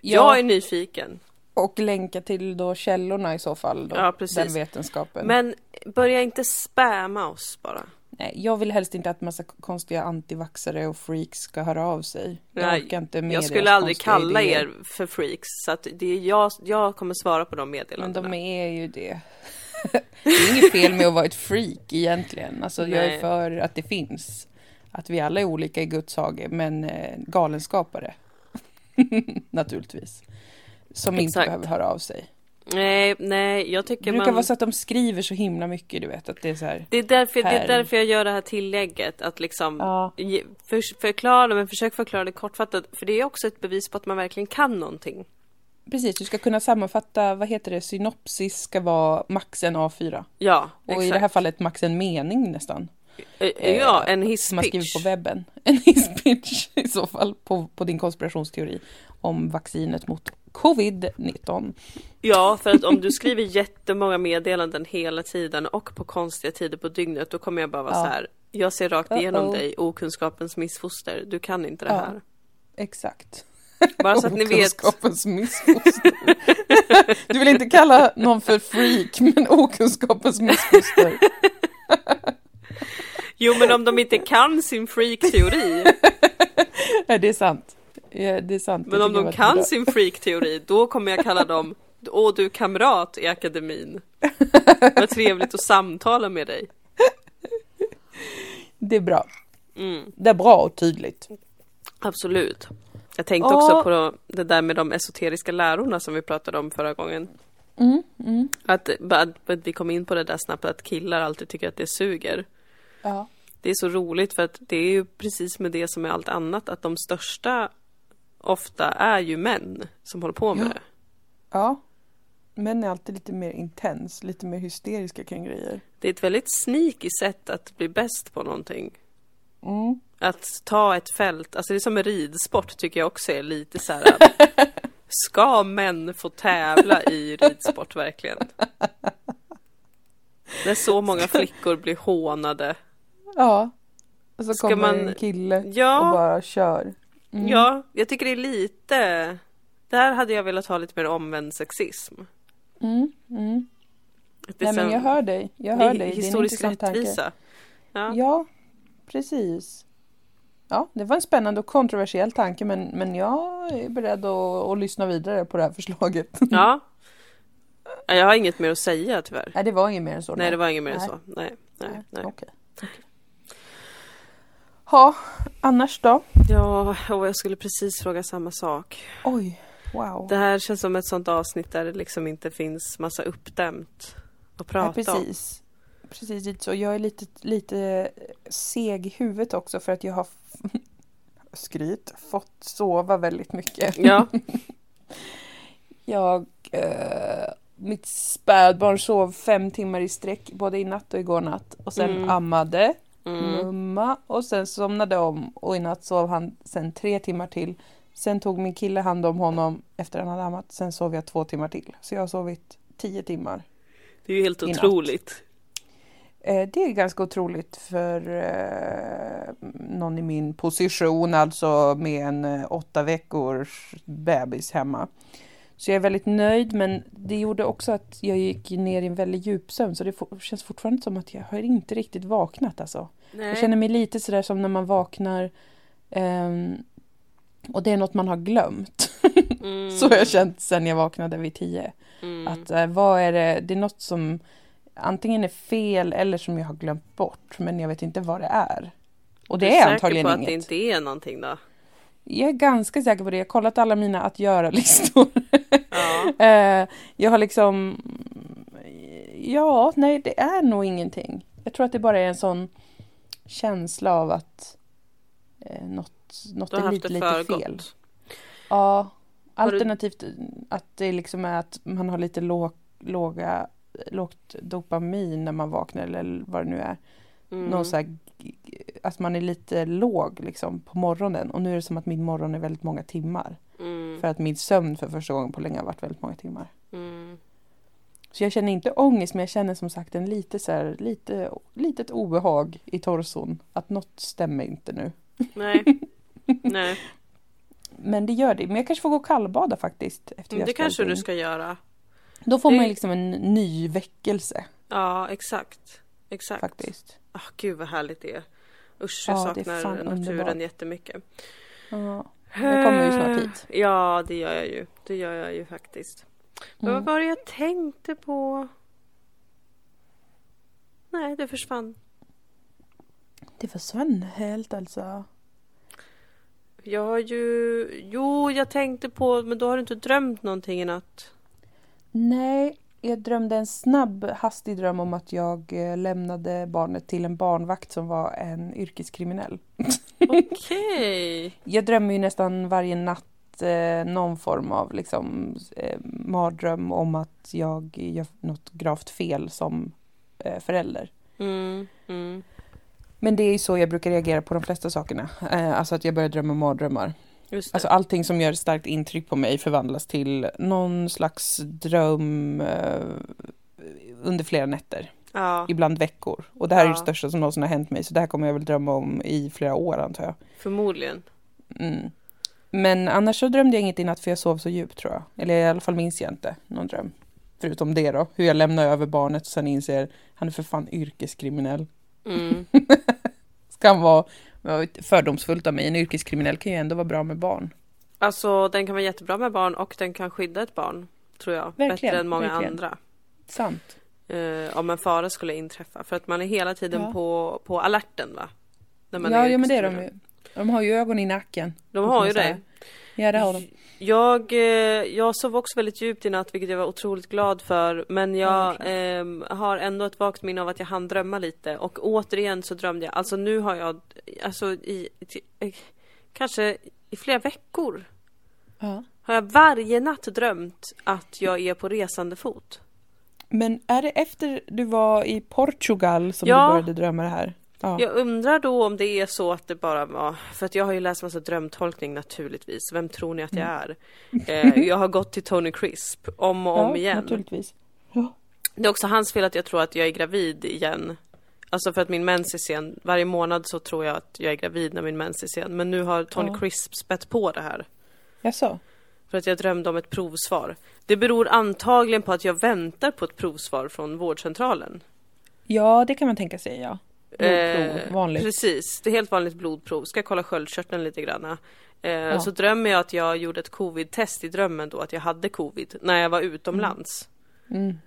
A: ja
B: Jag är nyfiken.
A: och länka till då källorna i så fall. Då,
B: Ja, precis.
A: Den vetenskapen.
B: Men börja inte spamma oss bara.
A: Nej, jag vill helst inte att massa konstiga antivaxare och freaks ska höra av sig. Jag
B: Nej,
A: orkar inte med
B: Jag
A: deras
B: skulle aldrig
A: konstiga
B: kalla
A: idéer.
B: er för freaks, så att det är jag, jag kommer svara på
A: Men
B: de meddelandena.
A: de är ju det. Det är inget fel med att vara ett freak egentligen. Alltså, jag är
B: Nej.
A: för att det finns. Att vi alla är olika i Guds hage, men eh, galenskapare. Naturligtvis. Som inte
B: Exakt.
A: behöver höra av sig.
B: Nej, nej, jag
A: Det
B: tycker
A: brukar
B: man... Mm.
A: vara så att de skriver så himla mycket, du vet. Att det är så här.
B: Det är, därför, det
A: här.
B: är därför jag gör det här tillägget att liksom
A: Ja.
B: ge- för, förklara men försök förklara det kortfattat för det är också ett bevis på att man verkligen kan någonting.
A: Precis, du ska kunna sammanfatta, vad heter det, synopsis ska vara max en A4.
B: Ja,
A: Och i det här fallet max en mening nästan.
B: Eh, Ja, en
A: Som man skriver
B: hisspitch.
A: på webben. En hisspitch i så fall på, på din konspirationsteori om vaccinet mot covid-19.
B: Ja, för att om du skriver jättemånga meddelanden hela tiden och på konstiga tider på dygnet då kommer jag bara vara
A: Ja.
B: så här. Jag ser rakt igenom
A: Uh-oh.
B: dig, okunskapens missfoster. Du kan inte det
A: Ja.
B: här.
A: Exakt.
B: Bara så att ni vet.
A: Okunskapens missfoster. Du vill inte kalla någon för freak, men okunskapens missfoster.
B: Jo, men om de inte kan sin freak-teori
A: Nej, det är sant. Ja, det är sant.
B: Men
A: Det
B: om
A: tycker jag
B: de
A: var
B: kan
A: bra.
B: sin freak-teori, då kommer jag kalla dem Åh du kamrat i akademin. Vad trevligt att samtala med dig.
A: Det är bra.
B: Mm,
A: Det är bra och tydligt.
B: absolut. Jag tänkte
A: Ja.
B: också på det där med de esoteriska lärorna som vi pratade om förra gången.
A: Mm, mm.
B: Att, att vi kom in på det där snabbt att killar alltid tycker att det suger.
A: Ja.
B: Det är så roligt för att det är ju precis med det som med allt annat att de största ofta är ju män som håller på med
A: Ja.
B: det.
A: ja. Män är alltid lite mer intens, lite mer hysteriska kring grejer.
B: Det är ett väldigt sneaky sätt att bli bäst på någonting.
A: Mm.
B: Att ta ett fält, alltså det är som en ridsport tycker jag också är lite så här. Ska män få tävla i ridsport verkligen? När så många flickor blir hånade.
A: Ja. Och så
B: Ska
A: kommer
B: man-
A: en kille och
B: Ja,
A: bara kör. Mm.
B: ja, jag tycker det är lite... Där hade jag velat ha lite mer omvänd sexism.
A: Mm, mm.
B: Att det
A: Nej, men
B: sen-
A: jag hör dig. Jag
B: det är
A: hör dig. Det är en
B: Historisk
A: intressant tanke.
B: rättvisa. Ja.
A: Ja, precis. Ja, det var en spännande och kontroversiell tanke men, men jag är beredd att, att lyssna vidare på det här förslaget.
B: ja. Ja, Jag har inget mer att säga tyvärr.
A: Nej, det var inget mer än så.
B: Nej, det var inget mer än
A: Nej.
B: så. Nej, nej, nej.
A: Okej. okej. Ja, annars då?
B: Ja, och jag skulle precis fråga samma sak.
A: Oj, wow.
B: Det här känns som ett sånt avsnitt där det liksom inte finns massa uppdämt att
A: Nej,
B: prata om.
A: precis. Precis, lite så. Jag är lite, lite seg i huvudet också för att jag har f- skryt, fått sova väldigt mycket.
B: Ja,
A: Jag, eh, mitt spädbarn sov fem timmar i sträck både i natt och igår natt och sen
B: Mm.
A: ammade,
B: mm.
A: mumma och sen somnade om och i natt sov han sen tre timmar till. Sen tog min kille hand om honom efter han hade ammat. Sen sov jag två timmar till. Så jag har sovit tio timmar.
B: det är ju helt
A: I natt.
B: otroligt.
A: Eh, det är ganska otroligt för eh, någon i min position, alltså med en eh, åtta veckors bebis hemma. Så jag är väldigt nöjd, men det gjorde också att jag gick ner i en väldigt djup sömn, så det fo- känns fortfarande som att jag har inte riktigt vaknat alltså.
B: Nej.
A: Jag känner mig lite sådär som när man vaknar ehm, och det är något man har glömt.
B: Mm.
A: Så har jag känt sedan jag vaknade vid tio.
B: Mm.
A: Att eh, vad är det, det är något som antingen är fel eller som jag har glömt bort men jag vet inte vad det är. Och det
B: Du
A: är,
B: säker på
A: antagligen
B: att
A: inget.
B: det inte är någonting då?
A: Jag är ganska säker på det, jag har kollat alla mina att göra-listor.
B: Ja.
A: Eh, jag har liksom, ja, nej det är nog ingenting. Jag tror att det bara är en sån känsla av att eh, något, något
B: Du har
A: är
B: haft
A: lite,
B: det
A: lite
B: för
A: fel.
B: gott.
A: Ja,
B: Har du-
A: alternativt att det liksom är att man har lite låg, låga, lågt dopamin när man vaknar eller vad det nu är.
B: Mm.
A: Någon så här, g- att man är lite låg liksom på morgonen och nu är det som att min morgon är väldigt många timmar.
B: Mm.
A: För att min sömn för första gången på länge har varit väldigt många timmar.
B: Mm.
A: Så jag känner inte ångest men jag känner som sagt en lite så här, lite, litet obehag i torson. Att något stämmer inte nu.
B: Nej. Nej,
A: Men det gör det. Men jag kanske får gå och kallbada faktiskt. Efter vi har
B: Mm, det
A: spelat
B: kanske
A: in.
B: du ska göra.
A: Då får
B: Det-
A: man ju liksom en ny väckelse
B: Ja, exakt. Exakt.
A: faktiskt.
B: Ah, gud vad härligt det är. Usch, jag
A: Ja, det är fan
B: saknar naturen
A: underbart.
B: jättemycket. Eh,
A: Ja. Jag kommer ju snart hit.
B: Ja, det gör jag ju. Det gör jag ju faktiskt. Men Vad
A: Mm.
B: var det jag tänkte på? Nej, det försvann.
A: Det försvann helt alltså.
B: Jag har ju... Jo, jag tänkte på... Men då har du inte drömt någonting i natt?
A: Nej, jag drömde en snabb, hastig dröm om att jag eh, lämnade barnet till en barnvakt som var en yrkeskriminell.
B: Okej.
A: Jag drömmer ju nästan varje natt eh, någon form av liksom, eh, mardröm om att jag gör något gravt fel som eh, förälder.
B: Mm, mm.
A: Men det är ju så jag brukar reagera på de flesta sakerna. Eh, alltså att jag börjar drömma mardrömmar.
B: Just det.
A: Alltså allting som gör ett starkt intryck på mig förvandlas till någon slags dröm eh, under flera nätter,
B: ja,
A: ibland veckor. Och det här är det
B: Ja.
A: största som någonsin har hänt mig, så det här kommer jag väl drömma om i flera år antar jag.
B: förmodligen.
A: Mm. Men annars så drömde jag inget i natt för jag sov så djupt tror jag. Eller i alla fall minns jag inte någon dröm. Förutom det då, hur jag lämnar över barnet och sen inser han är för fan yrkeskriminell.
B: Mm.
A: Ska han vara vad fördomsfullt av mig, en yrkeskriminell kan ju ändå vara bra med barn.
B: Alltså, den kan vara jättebra med barn och den kan skydda ett barn, tror jag.
A: Verkligen,
B: Bättre än många
A: verkligen.
B: andra.
A: Sant.
B: Eh, om en fara skulle inträffa. För att man är hela tiden
A: Ja.
B: på, på alerten va? När man
A: Ja,
B: är
A: ja, men det är de
B: extrem.
A: ju. De har ju ögon i nacken.
B: De
A: kan
B: har
A: man
B: ju
A: säga.
B: det.
A: Ja, det har de.
B: Jag, eh, jag sov också väldigt djupt i natt vilket jag var otroligt glad för. Men jag ehm, har ändå ett vagt minne av att jag hann drömma lite. Och återigen så drömde jag, alltså nu har jag, alltså i, ti- eh, kanske i flera veckor
A: Ja.
B: har jag varje natt drömt att jag är på resande fot.
A: Men är det efter du var i Portugal som
B: Ja.
A: du började drömma det här? Ja.
B: Jag undrar då om det är så att det bara var, för att jag har ju läst massa drömtolkning naturligtvis. Vem tror ni att jag är? Eh, jag har gått till Tony Crisp om och om
A: ja,
B: igen.
A: naturligtvis. Ja.
B: Det är också hans fel att jag tror att jag är gravid igen. Alltså för att min mens är sen. Varje månad så tror jag att jag är gravid när min mens är sen. Men nu har Tony
A: Ja.
B: Crisp spett på det här.
A: Jaså?
B: För att jag drömde om ett provsvar. Det beror antagligen på att jag väntar på ett provsvar från vårdcentralen.
A: Ja, det kan man tänka sig, ja. Blodprov,
B: Eh,
A: vanligt.
B: Precis, det är helt vanligt blodprov. Ska kolla sköldkörteln lite grann. Eh, Så drömmer jag att jag gjorde ett covid-test i drömmen då, att jag hade covid, när jag var utomlands.
A: Mm.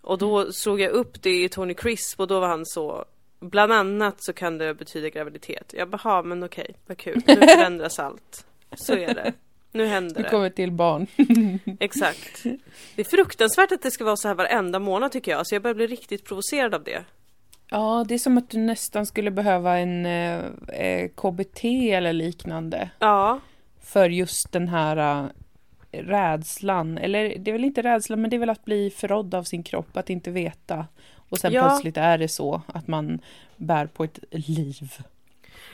B: Och då såg jag upp det i Tony Crisp och då var han så Bland annat så kan det betyda graviditet. Jag bara, "Ha, men okej, vad kul. Nu förändras allt. Så är det. Nu händer
A: Du
B: det.
A: kommer till barn.
B: Exakt. Det är fruktansvärt att det ska vara så här varenda månad tycker jag. Så jag börjar bli riktigt provocerad av det.
A: Ja, det är som att du nästan skulle behöva en eh, eh, KBT eller liknande
B: Ja,
A: för just den här eh, rädslan. Eller det är väl inte rädslan, men det är väl att bli förrådd av sin kropp, att inte veta. Och sen
B: Ja.
A: plötsligt är det så att man bär på ett liv.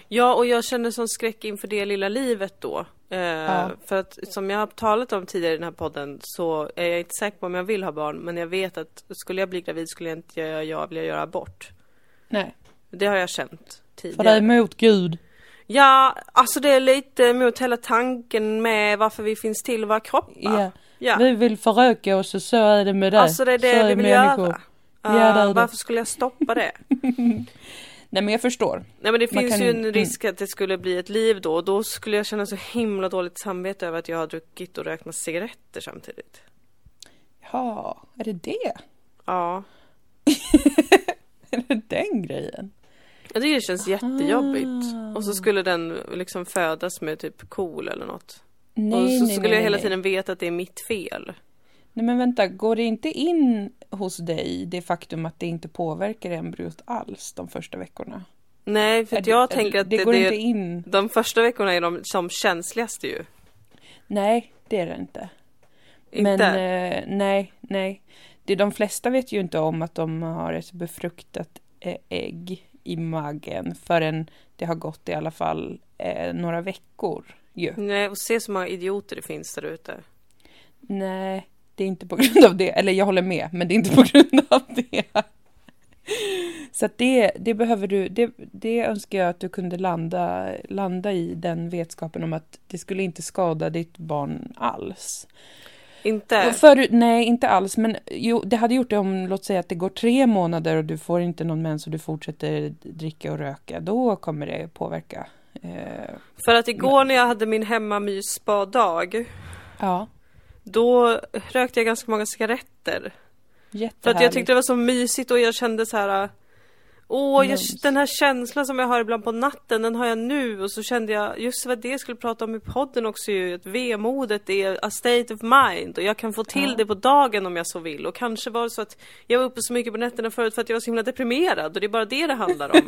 B: Ja, och jag känner sån skräck inför det lilla livet då. Eh, För att som jag har talat om tidigare i den här podden så är jag inte säker på om jag vill ha barn men jag vet att skulle jag bli gravid skulle jag inte göra, jag vilja göra abort.
A: Nej,
B: Det har jag känt
A: för det är
B: tidigare.
A: emot Gud.
B: Ja, alltså det är lite mot hela tanken med varför vi finns till våra kroppar.
A: Ja.
B: Ja.
A: Vi vill föröka oss och så är det med det.
B: Alltså det är
A: så
B: det vi vill göra.
A: Ja, det är
B: Eh,
A: det.
B: varför skulle jag stoppa det?
A: Nej men jag förstår.
B: Nej men det
A: Man
B: finns
A: kan-
B: ju en risk att det skulle bli ett liv då och då skulle jag känna så himla dåligt samvete över att jag har druckit och rökt massa cigaretter samtidigt.
A: Ja, är det det?
B: Ja.
A: Är det den grejen?
B: Jag tycker det
A: Ah.
B: känns jättejobbigt. Och så skulle den liksom födas med typ KOL eller något.
A: Nej,
B: och så
A: nej,
B: skulle
A: nej,
B: jag hela
A: nej.
B: tiden veta att det är mitt fel.
A: Nej men vänta, går det inte in hos dig det faktum att det inte påverkar embryot alls de första veckorna?
B: Nej, för
A: Är
B: att jag
A: det,
B: tänker att
A: det,
B: det,
A: går
B: det,
A: inte in.
B: de första veckorna är de som känsligaste ju.
A: Nej, det är det inte. Men
B: Inte?
A: eh, nej, nej. Det, de flesta vet ju inte om att de har ett befruktat eh, ägg i magen förrän det har gått i alla fall eh, några veckor. Ju.
B: Nej, och se så många idioter det finns där ute.
A: Nej, det är inte på grund av det. Eller jag håller med, men det är inte på grund av det. Så att det, det behöver du, det, det önskar jag att du kunde landa, landa i den vetskapen om att det skulle inte skada ditt barn alls.
B: Inte?
A: Och Förut, nej, inte alls, men jo, det hade gjort det om, låt säga att det går tre månader och du får inte någon mens och du fortsätter dricka och röka, då kommer det påverka. Eh,
B: För att igår när jag hade min hemmamys dag
A: ja,
B: då rökte jag ganska många cigaretter. För att jag
A: jättehärligt.
B: tyckte det var så mysigt och jag kände så här. äh, Åh, jag,
A: Mums.
B: den här känslan som jag har ibland på natten, den har jag nu. Och så kände jag, just vad det jag skulle prata om i podden också ju, att vemodet är a state of mind. Och jag kan få till det på dagen om jag så vill. Och kanske var det så att jag var uppe så mycket på nätterna förut för att jag var så himla deprimerad. Och det är bara det det handlar om.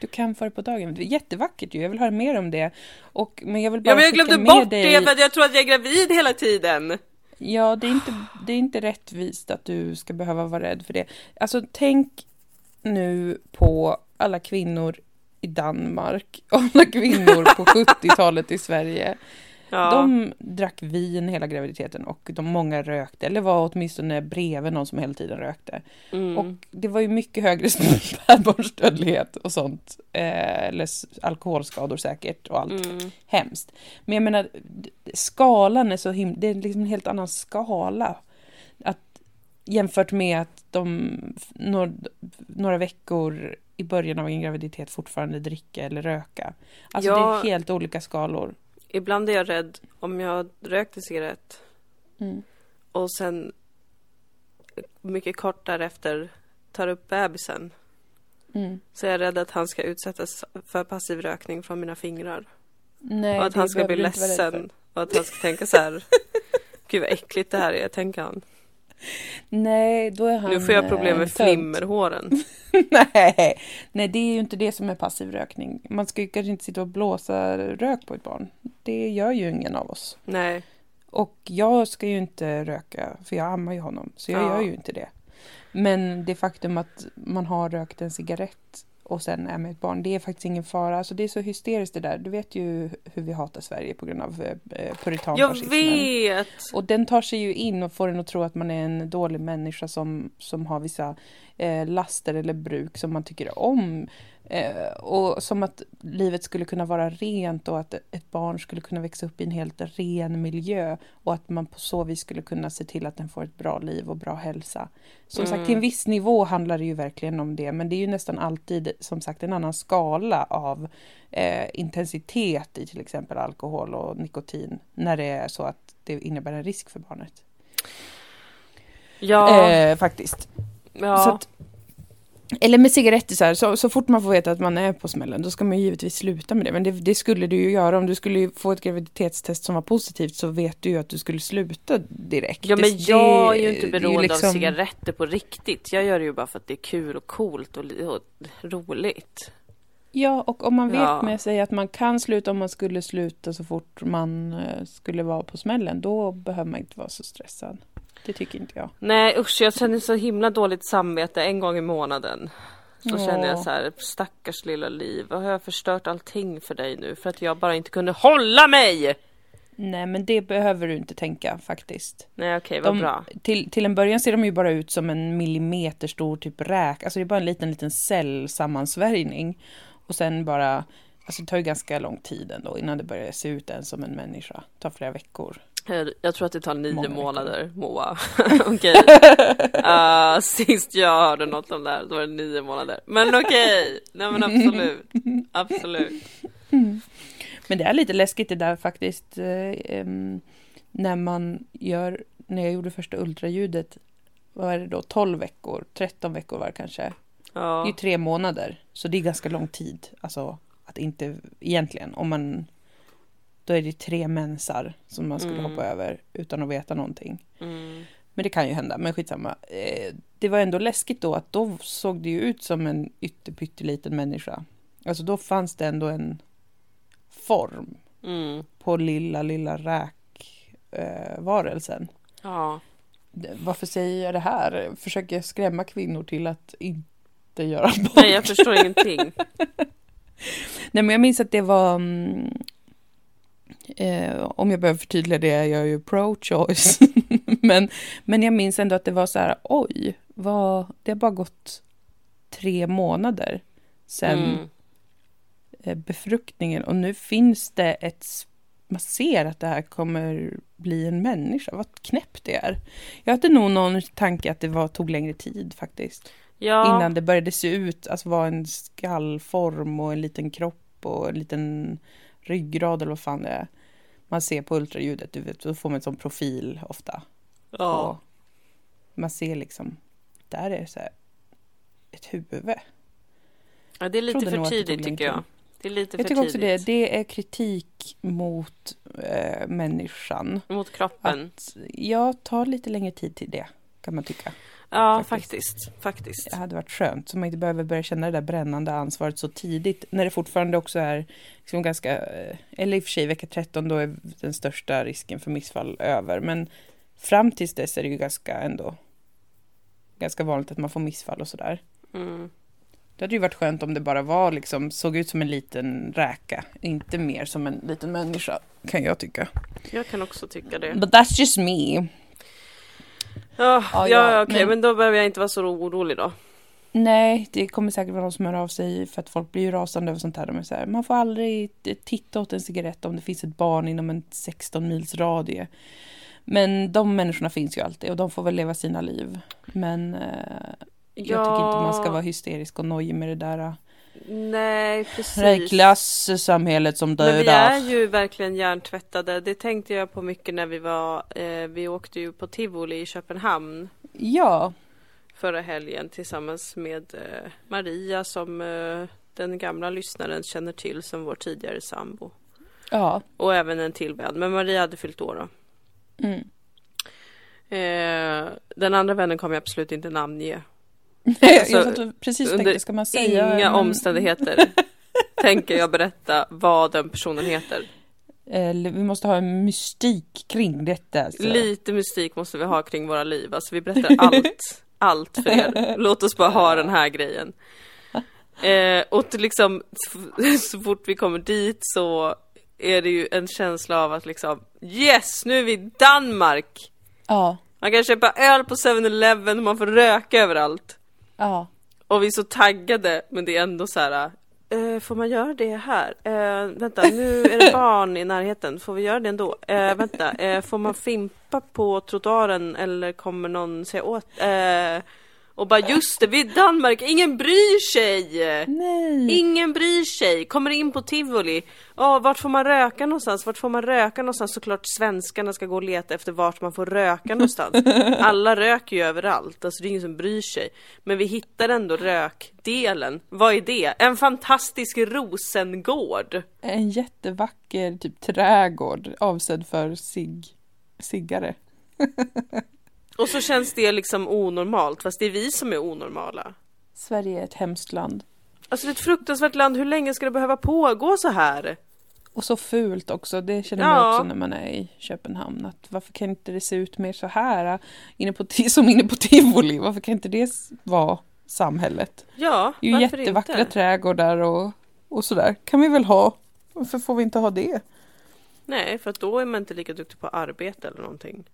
A: Du kan få det på dagen. Det är jättevackert ju, jag vill höra mer om det. Och, men jag vill bara
B: ja, men jag
A: skicka
B: glömde
A: med
B: bort
A: dig-
B: det för att jag tror att jag är gravid hela tiden.
A: Ja, det är, inte, det är inte rättvist att du ska behöva vara rädd för det. Alltså tänk nu på alla kvinnor i Danmark och alla kvinnor på 70-talet i Sverige.
B: Ja.
A: De drack vin hela graviditeten och de många rökte, eller var åtminstone bredvid någon som hela tiden rökte.
B: Mm.
A: Och det var ju mycket högre spädbarnsdödlighet och sånt. Eh, eller s- alkoholskador säkert och allt
B: Mm.
A: hemskt. Men jag menar, d- skalan är så himla... Det är liksom en helt annan skala. Att, jämfört med att de f- några, några veckor i början av en graviditet fortfarande dricka eller röka. Alltså
B: Ja.
A: det är helt olika skalor.
B: Ibland är jag rädd om jag rökt en cigarett
A: Mm.
B: och sen mycket kort därefter tar upp bebisen.
A: Mm.
B: Så jag är rädd att han ska utsättas för passiv rökning från mina fingrar.
A: Nej,
B: och att
A: det
B: han ska
A: behöver
B: bli
A: du inte vara rädd för.
B: ledsen. Och att han ska tänka så här. Gud vad äckligt det här är, tänker han.
A: Nej, då är han...
B: Nu får jag
A: eh,
B: problem med
A: tönt.
B: flimmerhåren.
A: Nej. Nej, det är ju inte det som är passiv rökning. Man ska ju kanske inte sitta och blåsa rök på ett barn. Det gör ju ingen av oss.
B: Nej.
A: Och jag ska ju inte röka, för jag ammar ju honom, så jag
B: Ja.
A: gör ju inte det. Men det faktum att man har rökt en cigarett och sen är med ett barn, det är faktiskt ingen fara. Alltså det är så hysteriskt det där. Du vet ju hur vi hatar Sverige på grund av eh,
B: Jag
A: puritanfascismen.
B: vet!
A: Och den tar sig ju in och får en att tro att man är en dålig människa som, som har vissa eh, laster eller bruk som man tycker om. Eh, och som att livet skulle kunna vara rent och att ett barn skulle kunna växa upp i en helt ren miljö och att man på så vis skulle kunna se till att den får ett bra liv och bra hälsa. Som sagt, till en viss nivå handlar det ju verkligen om det, men det är ju nästan alltid som sagt en annan skala av eh, intensitet i till exempel alkohol och nikotin när det är så att det innebär en risk för barnet.
B: Ja,
A: Eh, faktiskt.
B: ja.
A: Så att, eller med cigaretter så här, så, så fort man får veta att man är på smällen då ska man ju givetvis sluta med det. Men det, det skulle du ju göra om du skulle ju få ett graviditetstest som var positivt så vet du ju att du skulle sluta direkt.
B: ja,
A: Det-
B: men
A: det
B: jag är ju inte
A: ju
B: beroende
A: liksom-
B: av cigaretter på riktigt. Jag gör det ju bara för att det är kul och coolt och, li- och roligt.
A: Ja, och om man vet
B: Ja.
A: med sig att man kan sluta om man skulle sluta så fort man eh, skulle vara på smällen, då behöver man inte vara så stressad. Det tycker inte jag.
B: Nej usch, jag känner så himla dåligt samvete en gång i månaden. Så
A: Ja.
B: känner jag så här, stackars lilla liv, vad har jag förstört allting för dig nu för att jag bara inte kunde hålla mig?
A: Nej, men det behöver du inte tänka faktiskt.
B: Nej okej, vad
A: De,
B: bra.
A: till, till en början ser de ju bara ut som en millimeter stor typ räk, alltså det är bara en liten, liten cellsammansvärjning. Och sen bara, alltså det tar ju ganska lång tid ändå innan det börjar se ut en som en människa. Det tar flera veckor.
B: Jag, jag tror att det tar nio
A: Många veckor.
B: månader, Moa. okej. Ah, sist jag hörde något om det här, då var det nio månader. Men okej, nej men absolut. Absolut.
A: Men det är lite läskigt det där faktiskt. Eh, ehm, när man gör, när jag gjorde första ultraljudet, vad är det då, 12 veckor, 13 veckor var det kanske. Det är ju
B: Ja.
A: tre månader, så det är ganska lång tid. Alltså att inte, egentligen, om man, då är det tre mensar som man skulle
B: Mm.
A: hoppa över utan att veta någonting.
B: Mm.
A: Men det kan ju hända, men skitsamma. Eh, det var ändå läskigt då att då såg det ju ut som en ytterpytteliten människa. Alltså då fanns det ändå en form
B: Mm.
A: på lilla, lilla räkvarelsen. Eh,
B: Ja.
A: Varför säger jag det här? Försöker jag skrämma kvinnor till att inte göra abort?
B: Nej jag förstår ingenting.
A: Nej, men jag minns att det var... mm, Eh, om jag behöver förtydliga det, jag är ju pro-choice. men, men jag minns ändå att det var så här, oj, vad, det har bara gått tre månader sedan
B: Mm.
A: eh, befruktningen och nu finns det ett... s- Man ser att det här kommer bli en människa. Vad knäppt det är. Jag hade nog någon tanke att det var, tog längre tid faktiskt.
B: Ja.
A: Innan det började se ut, alltså vara en skallform och en liten kropp och en liten ryggrad eller vad fan det är. Man ser på ultraljudet, du vet, då får man en sån profil ofta.
B: ja.
A: Och man ser liksom, där är det så här ett huvud.
B: Ja, det är lite
A: trodde nog
B: för
A: att det
B: tidigt
A: tog längre
B: tycker jag.
A: tid.
B: Det är lite
A: Jag
B: för
A: tycker också det,
B: tidigt.
A: det är kritik mot eh, människan.
B: Mot kroppen.
A: Jag tar lite längre tid till det, kan man tycka.
B: Ja,
A: faktiskt.
B: faktiskt. Faktiskt.
A: Det hade varit skönt, så man inte behöver börja känna det där brännande ansvaret så tidigt, när det fortfarande också är liksom ganska, eh, eller i och för sig vecka 13, då är den största risken för missfall över, men fram tills dess är det ju ganska ändå, ganska vanligt att man får missfall och sådär.
B: Mm.
A: Det hade ju varit skönt om det bara var liksom, såg ut som en liten räka, inte mer som en liten människa, kan jag tycka.
B: Jag kan också tycka det.
A: But that's just me.
B: Ja,
A: Ja,
B: ja,
A: ja,
B: ja okej,
A: men-
B: men... då behöver jag inte vara så orolig då.
A: Nej, det kommer säkert vara någon som hör av sig för att folk blir ju rasande över sånt här. De är så här man får aldrig t- titta åt en cigarett om det finns ett barn inom en 16 mils radie. Men de människorna finns ju alltid och de får väl leva sina liv. Men eh, jag tycker inte man ska vara hysterisk och nojig med det där eh,
B: Nej, precis.
A: rökklass-samhället som
B: Men vi är
A: dödar.
B: ju verkligen hjärntvättade. Det tänkte jag på mycket när vi var, eh, vi åkte ju på tivoli i Köpenhamn.
A: Ja,
B: förra helgen tillsammans med eh, Maria som eh, den gamla lyssnaren känner till som vår tidigare sambo.
A: Ja.
B: Och även en till vän, men Maria hade fyllt år då.
A: Mm.
B: Eh, den andra vännen kommer jag absolut inte namnge.
A: jag satt och precis
B: Alltså, under
A: tänkte, ska man säga?
B: Inga
A: men-
B: omständigheter tänker jag berätta vad den personen heter.
A: Eller, eh, vi måste ha en mystik kring detta. alltså. Så.
B: Lite mystik måste vi ha kring våra liv, alltså vi berättar allt. allt för er. Låt oss bara ha den här grejen. Eh, och till liksom, så fort vi kommer dit så är det ju en känsla av att liksom Yes! Nu är vi i Danmark!
A: Ja,
B: Man kan köpa öl på 7-Eleven och man får röka överallt.
A: ja.
B: Och vi är så taggade men det är ändå så här. eh, får man göra det här? Eh, vänta, nu är det barn i närheten. Får vi göra det ändå? Eh, vänta, eh, får man fimpa på trottoaren eller kommer någon säga åt? Eh, och bara just det, vi är i Danmark, ingen bryr sig!
A: Nej.
B: Ingen bryr sig, kommer in på tivoli. Ja, vart får man röka någonstans? Vart får man röka någonstans? Såklart svenskarna ska gå och leta efter vart man får röka någonstans. Alla röker ju överallt, alltså det är ingen som bryr sig. Men vi hittar ändå rökdelen. Vad är det? En fantastisk rosengård.
A: En jättevacker typ trädgård avsedd för cig- ciggare.
B: Och så känns det liksom onormalt, fast det är vi som är onormala.
A: Sverige är ett hemskt land.
B: Alltså det är ett fruktansvärt land, hur länge ska det behöva pågå så här?
A: Och så fult också, det känner
B: Ja.
A: man också när man är i Köpenhamn. Att varför kan inte det se ut mer så här? äh, Inne på, ti- som inne på tivoli, varför kan inte det s- vara samhället?
B: Ja,
A: Det är ju
B: varför
A: jättevackra
B: inte?
A: trädgårdar och, och sådär. kan vi väl ha. Varför får vi inte ha det?
B: Nej, för att då är man inte lika duktig på arbete eller någonting.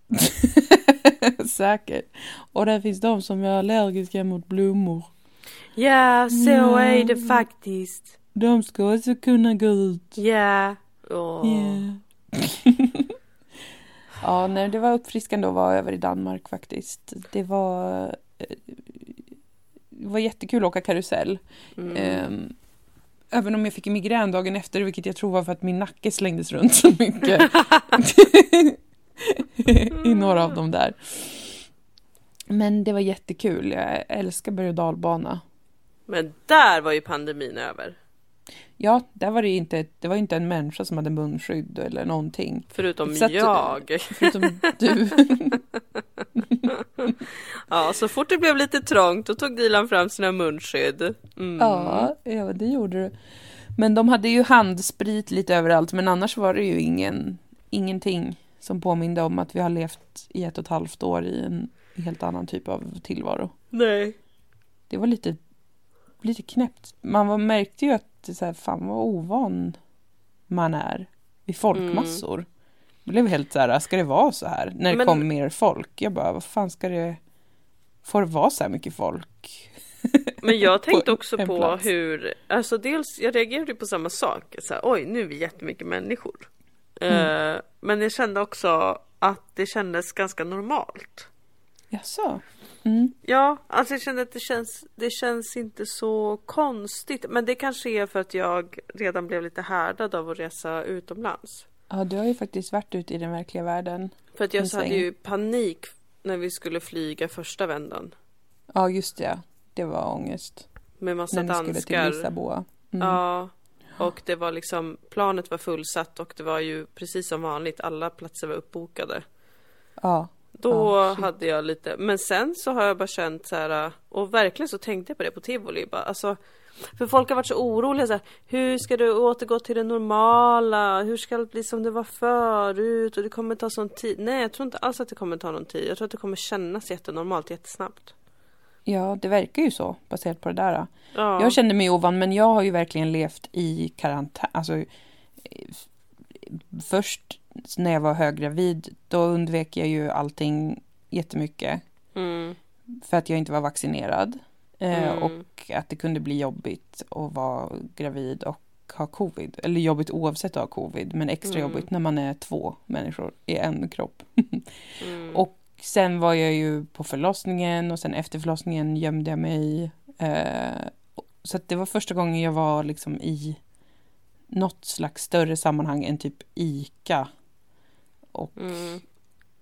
A: Säkert. Och där finns de som är allergiska mot blommor.
B: Ja, så
A: Ja.
B: är det faktiskt.
A: De ska också kunna gå ut.
B: Ja. Åh.
A: Yeah. ja, nej, det var uppfriskande att vara över i Danmark faktiskt. Det var, eh, det var jättekul att åka karusell.
B: Mm.
A: Ehm, Även om jag fick migrän dagen efter, vilket jag tror var för att min nacke slängdes runt så mycket. I några av dem där. Men det var jättekul. Jag älskar berg och dalbana.
B: Men där var ju pandemin över.
A: Ja, där var det ju inte, det var ju inte en människa som hade munskydd eller någonting.
B: Förutom
A: Så att-
B: jag.
A: Förutom du.
B: Ja, så fort det blev lite trångt då tog Dilan fram sina munskydd. Mm.
A: Ja, ja, det gjorde du. Men de hade ju handsprit lite överallt, men annars var det ju ingen, ingenting som påminde om att vi har levt i ett och ett halvt år i en helt annan typ av tillvaro.
B: Nej.
A: Det var lite, lite knäppt. Man var, märkte ju att det så här, fan vad ovan man är vid folkmassor. Jag blev helt så här, ska det vara så här? När det
B: Mm. Men-
A: kom mer folk. Jag bara, vad fan ska det, får det vara så här mycket folk?
B: Men jag tänkte också
A: en
B: på
A: plats.
B: hur, alltså dels, jag reagerade ju på samma sak. Så här, Oj, nu är vi jättemycket människor.
A: Mm.
B: Eh, men jag kände också att det kändes ganska normalt.
A: Jaså? Mm.
B: Ja, alltså jag känner att det känns, det känns inte så konstigt. Men det kanske är för att jag redan blev lite härdad av att resa utomlands.
A: Ja, du har ju faktiskt varit ute i den verkliga världen.
B: För att jag
A: En
B: så hade
A: sväng.
B: ju panik när vi skulle flyga första vändan.
A: Ja, just det. Det var ångest.
B: Med
A: när
B: massa
A: ni skulle till
B: danskar.
A: Lissabon. Mm.
B: Ja. Och det var liksom, planet var fullsatt och det var ju precis som vanligt, alla platser var uppbokade.
A: Ja.
B: Då
A: Ja, shit.
B: hade jag lite, men sen så har jag bara känt så här och verkligen så tänkte jag på det på tivoli bara, alltså för folk har varit så oroliga så här, hur ska du återgå till det normala? Hur ska det bli som det var förut? Och det kommer ta sån tid. Nej, jag tror inte alls att det kommer ta någon tid. Jag tror att det kommer kännas jättenormalt jättesnabbt.
A: ja, det verkar ju så baserat på det där. då.
B: Ja,
A: Jag kände mig ovan, men jag har ju verkligen levt i karantän. Alltså, eh, f- först när jag var höggravid, då undvek jag ju allting jättemycket
B: mm,
A: för att jag inte var vaccinerad. Eh,
B: Mm.
A: Och att det kunde bli jobbigt att vara gravid och ha covid. Eller jobbigt oavsett att ha covid, men extra
B: Mm.
A: jobbigt när man är två människor i en kropp.
B: mm.
A: och- Sen var jag ju på förlossningen och sen efter förlossningen gömde jag mig. Eh, så att det var första gången jag var liksom i något slags större sammanhang än typ ICA och
B: Mm,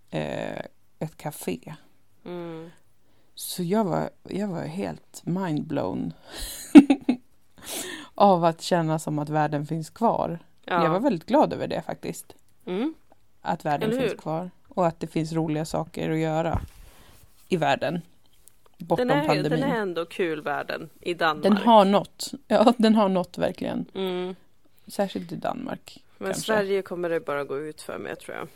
A: eh, ett café.
B: mm.
A: Så jag var, jag var helt mindblown av att känna som att världen finns kvar.
B: Ja.
A: Jag var väldigt glad över det faktiskt.
B: mm.
A: Att världen
B: Eller
A: finns
B: hur?
A: kvar och att det finns roliga saker att göra i världen. Bortom
B: den, är, ju-
A: pandemin.
B: den är ändå kul världen i Danmark.
A: Den har något. Ja, den har något verkligen.
B: mm.
A: Särskilt i Danmark.
B: Men
A: Kanske.
B: Sverige kommer det bara gå ut för mig tror jag.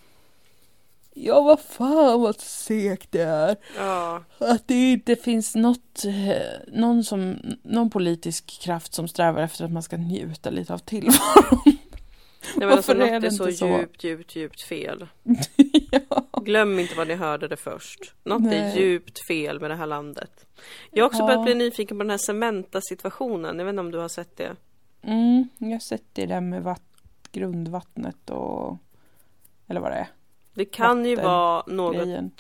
A: Ja, vad fan vad segt det är.
B: Ja,
A: Att det inte finns något, eh, någon, som, någon politisk kraft som strävar efter att man ska njuta lite av tillvaron.
B: Nej, men
A: Varför
B: alltså, något
A: är
B: är,
A: det
B: så,
A: inte så?
B: djupt, djupt, djupt fel.
A: ja.
B: Glöm inte vad ni hörde det först. Något är
A: Nej.
B: djupt fel med det här landet. Jag har också
A: Ja.
B: börjat bli nyfiken på den här Cementa-situationen. Jag vet inte om du har sett det?
A: Mm, jag har sett det där med vatt, grundvattnet och... Eller vad det är.
B: Det kan ju
A: Vatten.
B: vara något,
A: Grejen.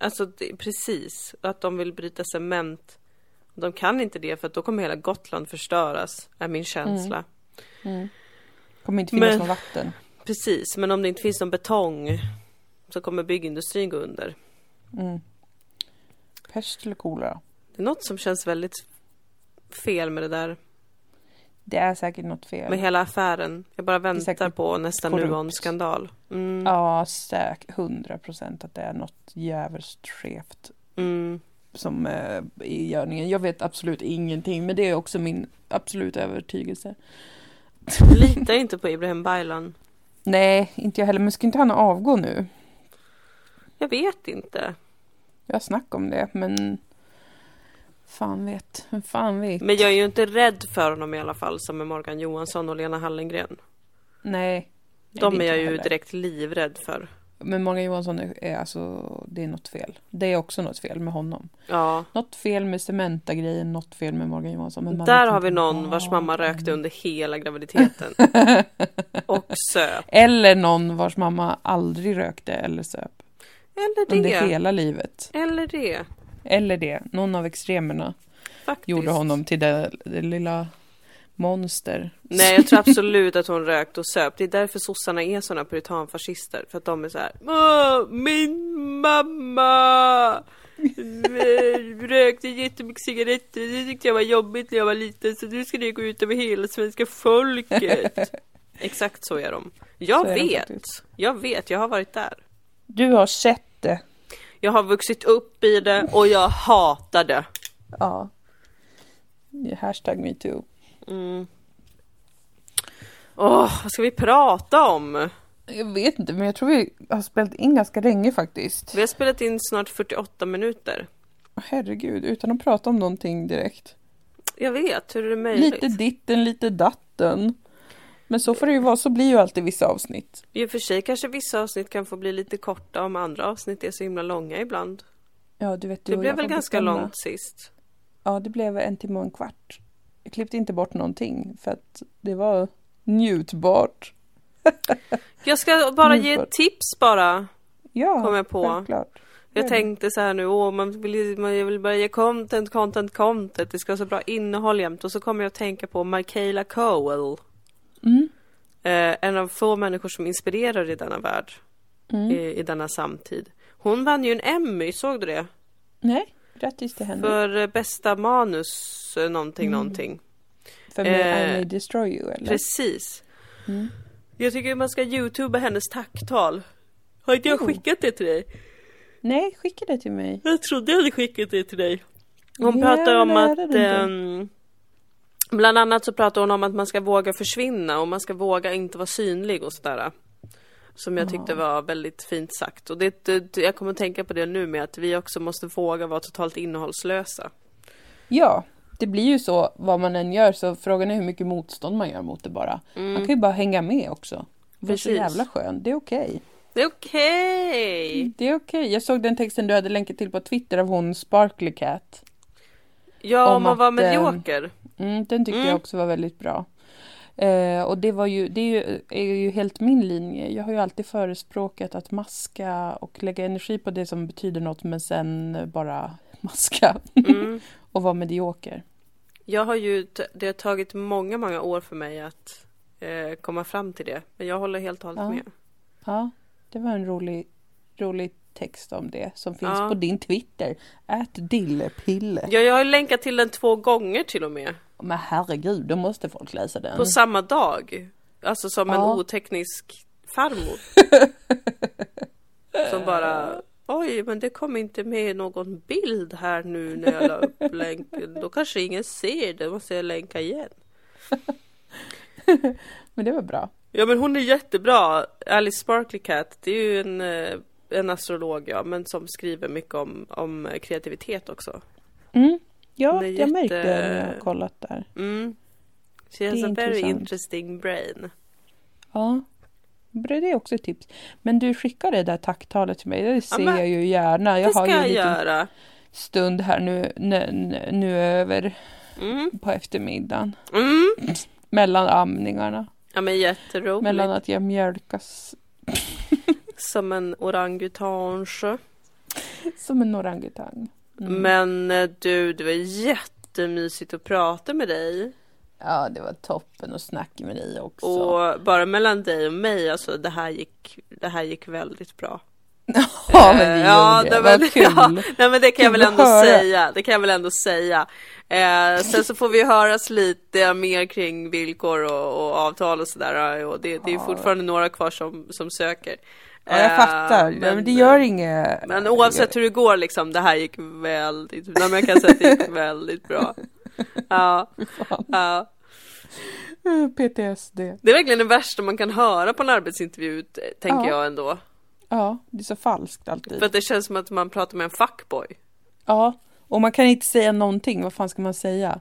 B: alltså det, precis, att de vill bryta cement. De kan inte det för att då kommer hela Gotland förstöras, är min känsla.
A: Mm. kommer inte finnas
B: Men-
A: något vatten.
B: Precis, men om det inte finns någon betong så kommer byggindustrin gå under.
A: Mm. Pest eller kolera?
B: Det är något som känns väldigt fel med det där.
A: Det är säkert något fel.
B: Med hela affären. Jag bara väntar
A: säkert
B: på nästa
A: korrupt.
B: Nuon-skandal. Mm.
A: Ja, säkert. 100 procent att det är något jävligt skevt
B: Mm.
A: som eh, i görningen. Jag vet absolut ingenting, men det är också min absoluta övertygelse.
B: Litar inte på Ibrahim Baylan.
A: Nej, inte jag heller. Men ska inte han avgå nu?
B: Jag vet inte.
A: Jag har snack om det, men fan vet. Vem Fan vet.
B: Men jag är ju inte rädd för honom i alla fall som med Morgan Johansson och Lena Hallengren.
A: Nej. Nej,
B: De
A: det
B: är jag ju
A: heller.
B: direkt livrädd för.
A: Men Morgan Johansson är, är alltså, det är något fel. Det är också något fel med honom.
B: Ja.
A: Något fel med Cementa-grejen, något fel med Morgan Johansson. Men man
B: Där
A: vet
B: har vi
A: inte
B: någon
A: vad.
B: vars mamma rökte under hela graviditeten. och söp.
A: Eller någon vars mamma aldrig rökte eller söp.
B: Eller
A: Under
B: det.
A: hela livet.
B: Eller det.
A: Eller det, någon av extremerna
B: Faktiskt.
A: gjorde honom till det, det lilla monster.
B: Nej, jag tror absolut att hon rökt och söp. Det är därför sossarna är såna puritanfascister. För att de är så här. Åh, min mamma! eh, Rökte jättemycket cigaretter. Det tyckte jag var jobbigt när jag var liten. Så nu ska det gå ut över hela svenska folket. Exakt så är de. Jag
A: Så är de
B: vet.
A: faktiskt.
B: jag vet. Jag har varit där.
A: Du har sett det.
B: Jag har vuxit upp i det och jag hatar det.
A: Ja. Hashtag metoo.
B: Mm. Åh, vad ska vi prata om?
A: Jag vet inte, men jag tror vi har spelat in ganska länge faktiskt.
B: Vi har spelat in snart 48 minuter.
A: Åh, Herregud, utan att prata om någonting direkt.
B: Jag vet, hur är det möjligt?
A: Lite ditten, lite datten. Men så får det ju vara, så blir ju alltid vissa avsnitt.
B: I och för sig kanske vissa avsnitt kan få bli lite korta om andra avsnitt är så himla långa ibland.
A: Ja, du vet, du
B: Det
A: och
B: blev
A: jag
B: väl
A: får
B: ganska
A: bestämma.
B: långt sist.
A: Ja, det blev en timme och en kvart. Jag klippte inte bort någonting för att det var njutbart.
B: Jag ska bara
A: Mm,
B: ge
A: för-
B: ett tips bara.
A: Ja,
B: Kom jag på.
A: självklart. Gör
B: Jag
A: det.
B: tänkte så här nu, åh man vill, man, jag vill bara ge content, content, content. Det ska vara så bra innehåll jämt. Och så kommer jag att tänka på Michaela Cowell.
A: Mm.
B: Eh, en av få människor som inspirerar i denna värld.
A: Mm.
B: I, I denna samtid. Hon vann ju en Emmy, såg du det?
A: Nej, grattis till henne. För,
B: För eh, bästa manus, eh, någonting,
A: Mm.
B: någonting.
A: mig,
B: eh,
A: I may destroy you eller?
B: Precis.
A: Mm.
B: Jag tycker man ska youtuba hennes tacktal. Har inte jag
A: Oh.
B: skickat det till dig?
A: Nej, skicka det till mig.
B: Jag trodde jag hade skickat det till dig. Hon
A: Nej,
B: pratar om
A: det är
B: att...
A: det inte.
B: ehm, bland annat så pratar hon om att man ska våga försvinna och man ska våga inte vara synlig och sådär. Som jag tyckte var väldigt fint sagt. Och det, det, jag kommer att tänka på det nu med att vi också måste våga vara totalt innehållslösa.
A: Ja, det blir ju så vad man än gör så frågan är hur mycket motstånd man gör mot det bara.
B: Mm.
A: Man kan ju bara hänga med också. Var så
B: Precis.
A: jävla skön, det är okej.
B: Det är okej!
A: Det är okej. Jag såg den texten du hade länkat till på Twitter av hon Sparkly Cat.
B: Ja,
A: Om
B: om man var
A: att, ehm,
B: medioker.
A: Mm, den tyckte
B: Mm.
A: jag också var väldigt bra. Eh, och det, var ju, det är, ju, är ju helt min linje. Jag har ju alltid förespråkat att maska och lägga energi på det som betyder något men sen bara maska
B: Mm.
A: och vara medioker.
B: Jag har ju, t- det har tagit många, många år för mig att eh, komma fram till det. Men jag håller helt och hållet
A: Ja.
B: med.
A: Ja, det var en rolig, rolig text om det som finns
B: Ja.
A: på din Twitter. Ät dillepille.
B: Ja, jag har länkat till den två gånger till och med.
A: Men herregud, då måste folk läsa den.
B: På samma dag. Alltså som en
A: Ja.
B: oteknisk farmor. som bara Oj, men det kom inte med någon bild här nu när jag la upp länken. Då kanske ingen ser det. Måste jag länka igen?
A: Men det var bra.
B: Ja, men hon är jättebra. Alice Sparkly Cat. Det är ju en, eh, en astrolog, ja, men som skriver mycket om, om kreativitet också.
A: Mm. Ja,
B: Det är
A: jag märkte
B: jätte-
A: när jag har kollat där.
B: Mm. She
A: är
B: has a very
A: intressant.
B: interesting brain.
A: Ja, det är också ett tips. Men du skickar det där tacktalet till mig, det ser
B: men-
A: jag ju gärna. Jag
B: det
A: har
B: ska
A: ju en
B: jag
A: liten
B: göra.
A: stund här nu, nu, nu över
B: Mm.
A: på eftermiddagen.
B: Mm.
A: Mellan amningarna,
B: Ja, men jätteroligt.
A: mellan att jag mjölkas
B: Som en orangutange.
A: Mm. som en orangutang. Mm.
B: Men eh, du, det var jättemysigt att prata med dig.
A: Ja, det var toppen att snacka med dig också.
B: Och bara mellan dig och mig, alltså det här gick, det här gick väldigt bra.
A: ja, men vi
B: Eh, ja,
A: gjorde det.
B: nej, men-
A: Vad kul.
B: ja, nej men det kan jag
A: Kul
B: väl
A: att
B: ändå
A: höra.
B: säga. Det kan jag väl ändå säga. Eh, sen så får vi höras lite mer kring villkor och, och avtal och sådär. Och det, det är ju
A: Ja.
B: fortfarande några kvar som, som söker.
A: Ja, jag
B: Eh,
A: fattar. Men, det gör inget.
B: Men oavsett hur det går liksom, det här gick väldigt, nej men jag kan säga att det gick väldigt bra. Ja,
A: Fan,
B: ja.
A: Mm, PTSD.
B: Det är verkligen det värsta man kan höra på en arbetsintervju, t- tänker
A: Ja. Typ.
B: jag ändå.
A: Ja, det är så falskt alltid.
B: För att det känns som att man pratar med en fuckboy.
A: Ja, och man kan inte säga någonting. Vad fan ska man säga?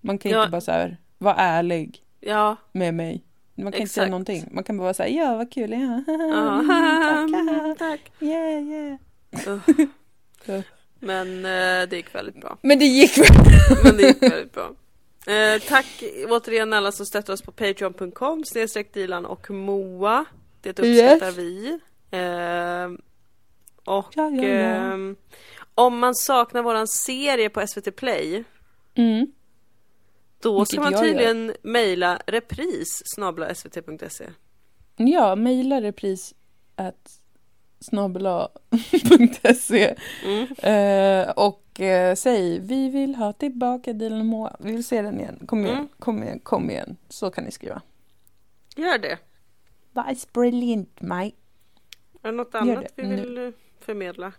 A: Man kan
B: Ja.
A: inte bara så här, vara ärlig
B: Ja,
A: med mig. Man kan inte
B: Exakt.
A: säga någonting. Man kan bara säga, ja vad kul, ja. Mm,
B: ja.
A: tack,
B: tack.
A: ja. yeah, yeah.
B: Men eh, det gick väldigt bra.
A: Men det gick väl?
B: Men det gick väldigt bra. Eh, tack återigen alla som stöttar oss på patreon.com snedstreck Dilan och Moa. Det uppskattar
A: Yes.
B: vi. Eh, och
A: Ja, ja, ja.
B: ehm, om man saknar våran serie på SVT Play
A: Mm.
B: då
A: Vilket
B: ska man
A: jag gör.
B: tydligen mejla repris snabla svt.se.
A: Ja, mejla repris at snabela.se
B: Mm.
A: eh, och eh, säg vi vill ha tillbaka Dilan och Moa. Vi vill se den igen. Kom igen,
B: Mm.
A: kom igen, kom igen. Så kan ni skriva.
B: Gör det.
A: That's brilliant mate.
B: Är det något
A: Gör
B: annat
A: det
B: vi
A: nu.
B: vill eh, förmedla?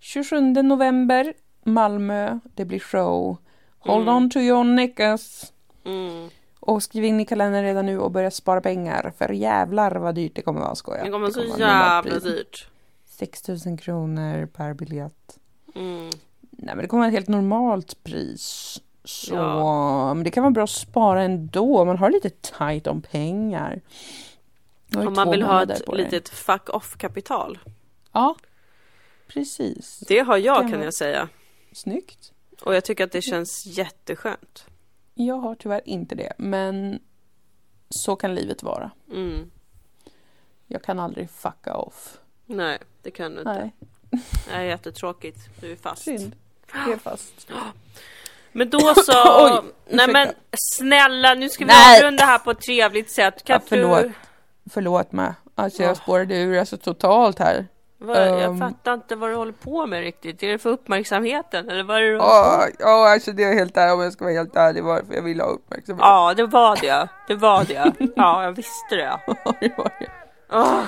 A: 27 november, Malmö, det blir show. Hold
B: Mm.
A: on to your knickers.
B: Mm.
A: Och skriv in i kalendern redan nu och börja spara pengar. För jävlar vad dyrt det kommer vara skoja.
B: Det kommer så
A: vara
B: jävla
A: normalpris.
B: dyrt.
A: 6 000 kronor per biljett.
B: Mm.
A: Nej men det kommer vara ett helt normalt pris. Så
B: Ja.
A: men det kan vara bra att spara ändå. Man har lite tight om pengar. Du har ju
B: Om man
A: två
B: vill ha
A: månader
B: ett
A: på dig.
B: litet fuck off-kapital.
A: Ja, precis.
B: Det har jag
A: Det
B: kan
A: har-
B: jag säga.
A: Snyggt.
B: Och jag tycker att det känns jätteskönt.
A: Jag har tyvärr inte det, men så kan livet vara.
B: Mm.
A: Jag kan aldrig fucka off.
B: Nej, det kan du inte.
A: Nej,
B: Det är jättetråkigt. Du är fast.
A: synd. Jag är fast.
B: Men då så.
A: Oj,
B: Nej
A: ursäkta.
B: men snälla, nu ska vi
A: Nej.
B: avrunda här på ett trevligt sätt. Kan
A: Ja, förlåt.
B: du...
A: Förlåt mig. Alltså jag
B: Åh.
A: spårade ur alltså, totalt här.
B: Vad, jag
A: Ehm.
B: fattar inte vad du håller på med riktigt. Är det för uppmärksamheten eller vad är det du...
A: Ja, ja, alltså det är helt ärligt om jag ska vara helt ärlig varför jag ville ha uppmärksamhet.
B: Ja, det var det. Det var det. Ja, jag visste det.
A: det var det.
B: Åh.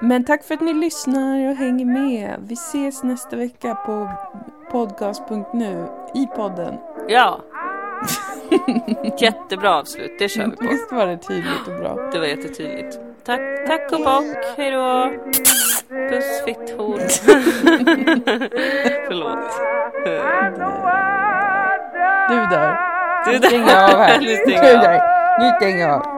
A: Men tack för att ni lyssnar och hänger med. Vi ses nästa vecka på podcast.nu i podden.
B: Ja. Jättebra avslut, det kör vi på.
A: Visst var det tydligt och bra?
B: Det var jättetydligt. Tack, tack och bock. Hej då. Puss fitthorn. Förlåt.
A: Du där.
B: Du
A: Nu stänger jag av här.
B: Du
A: Nu
B: stänger av.
A: där. Nu stänger jag av.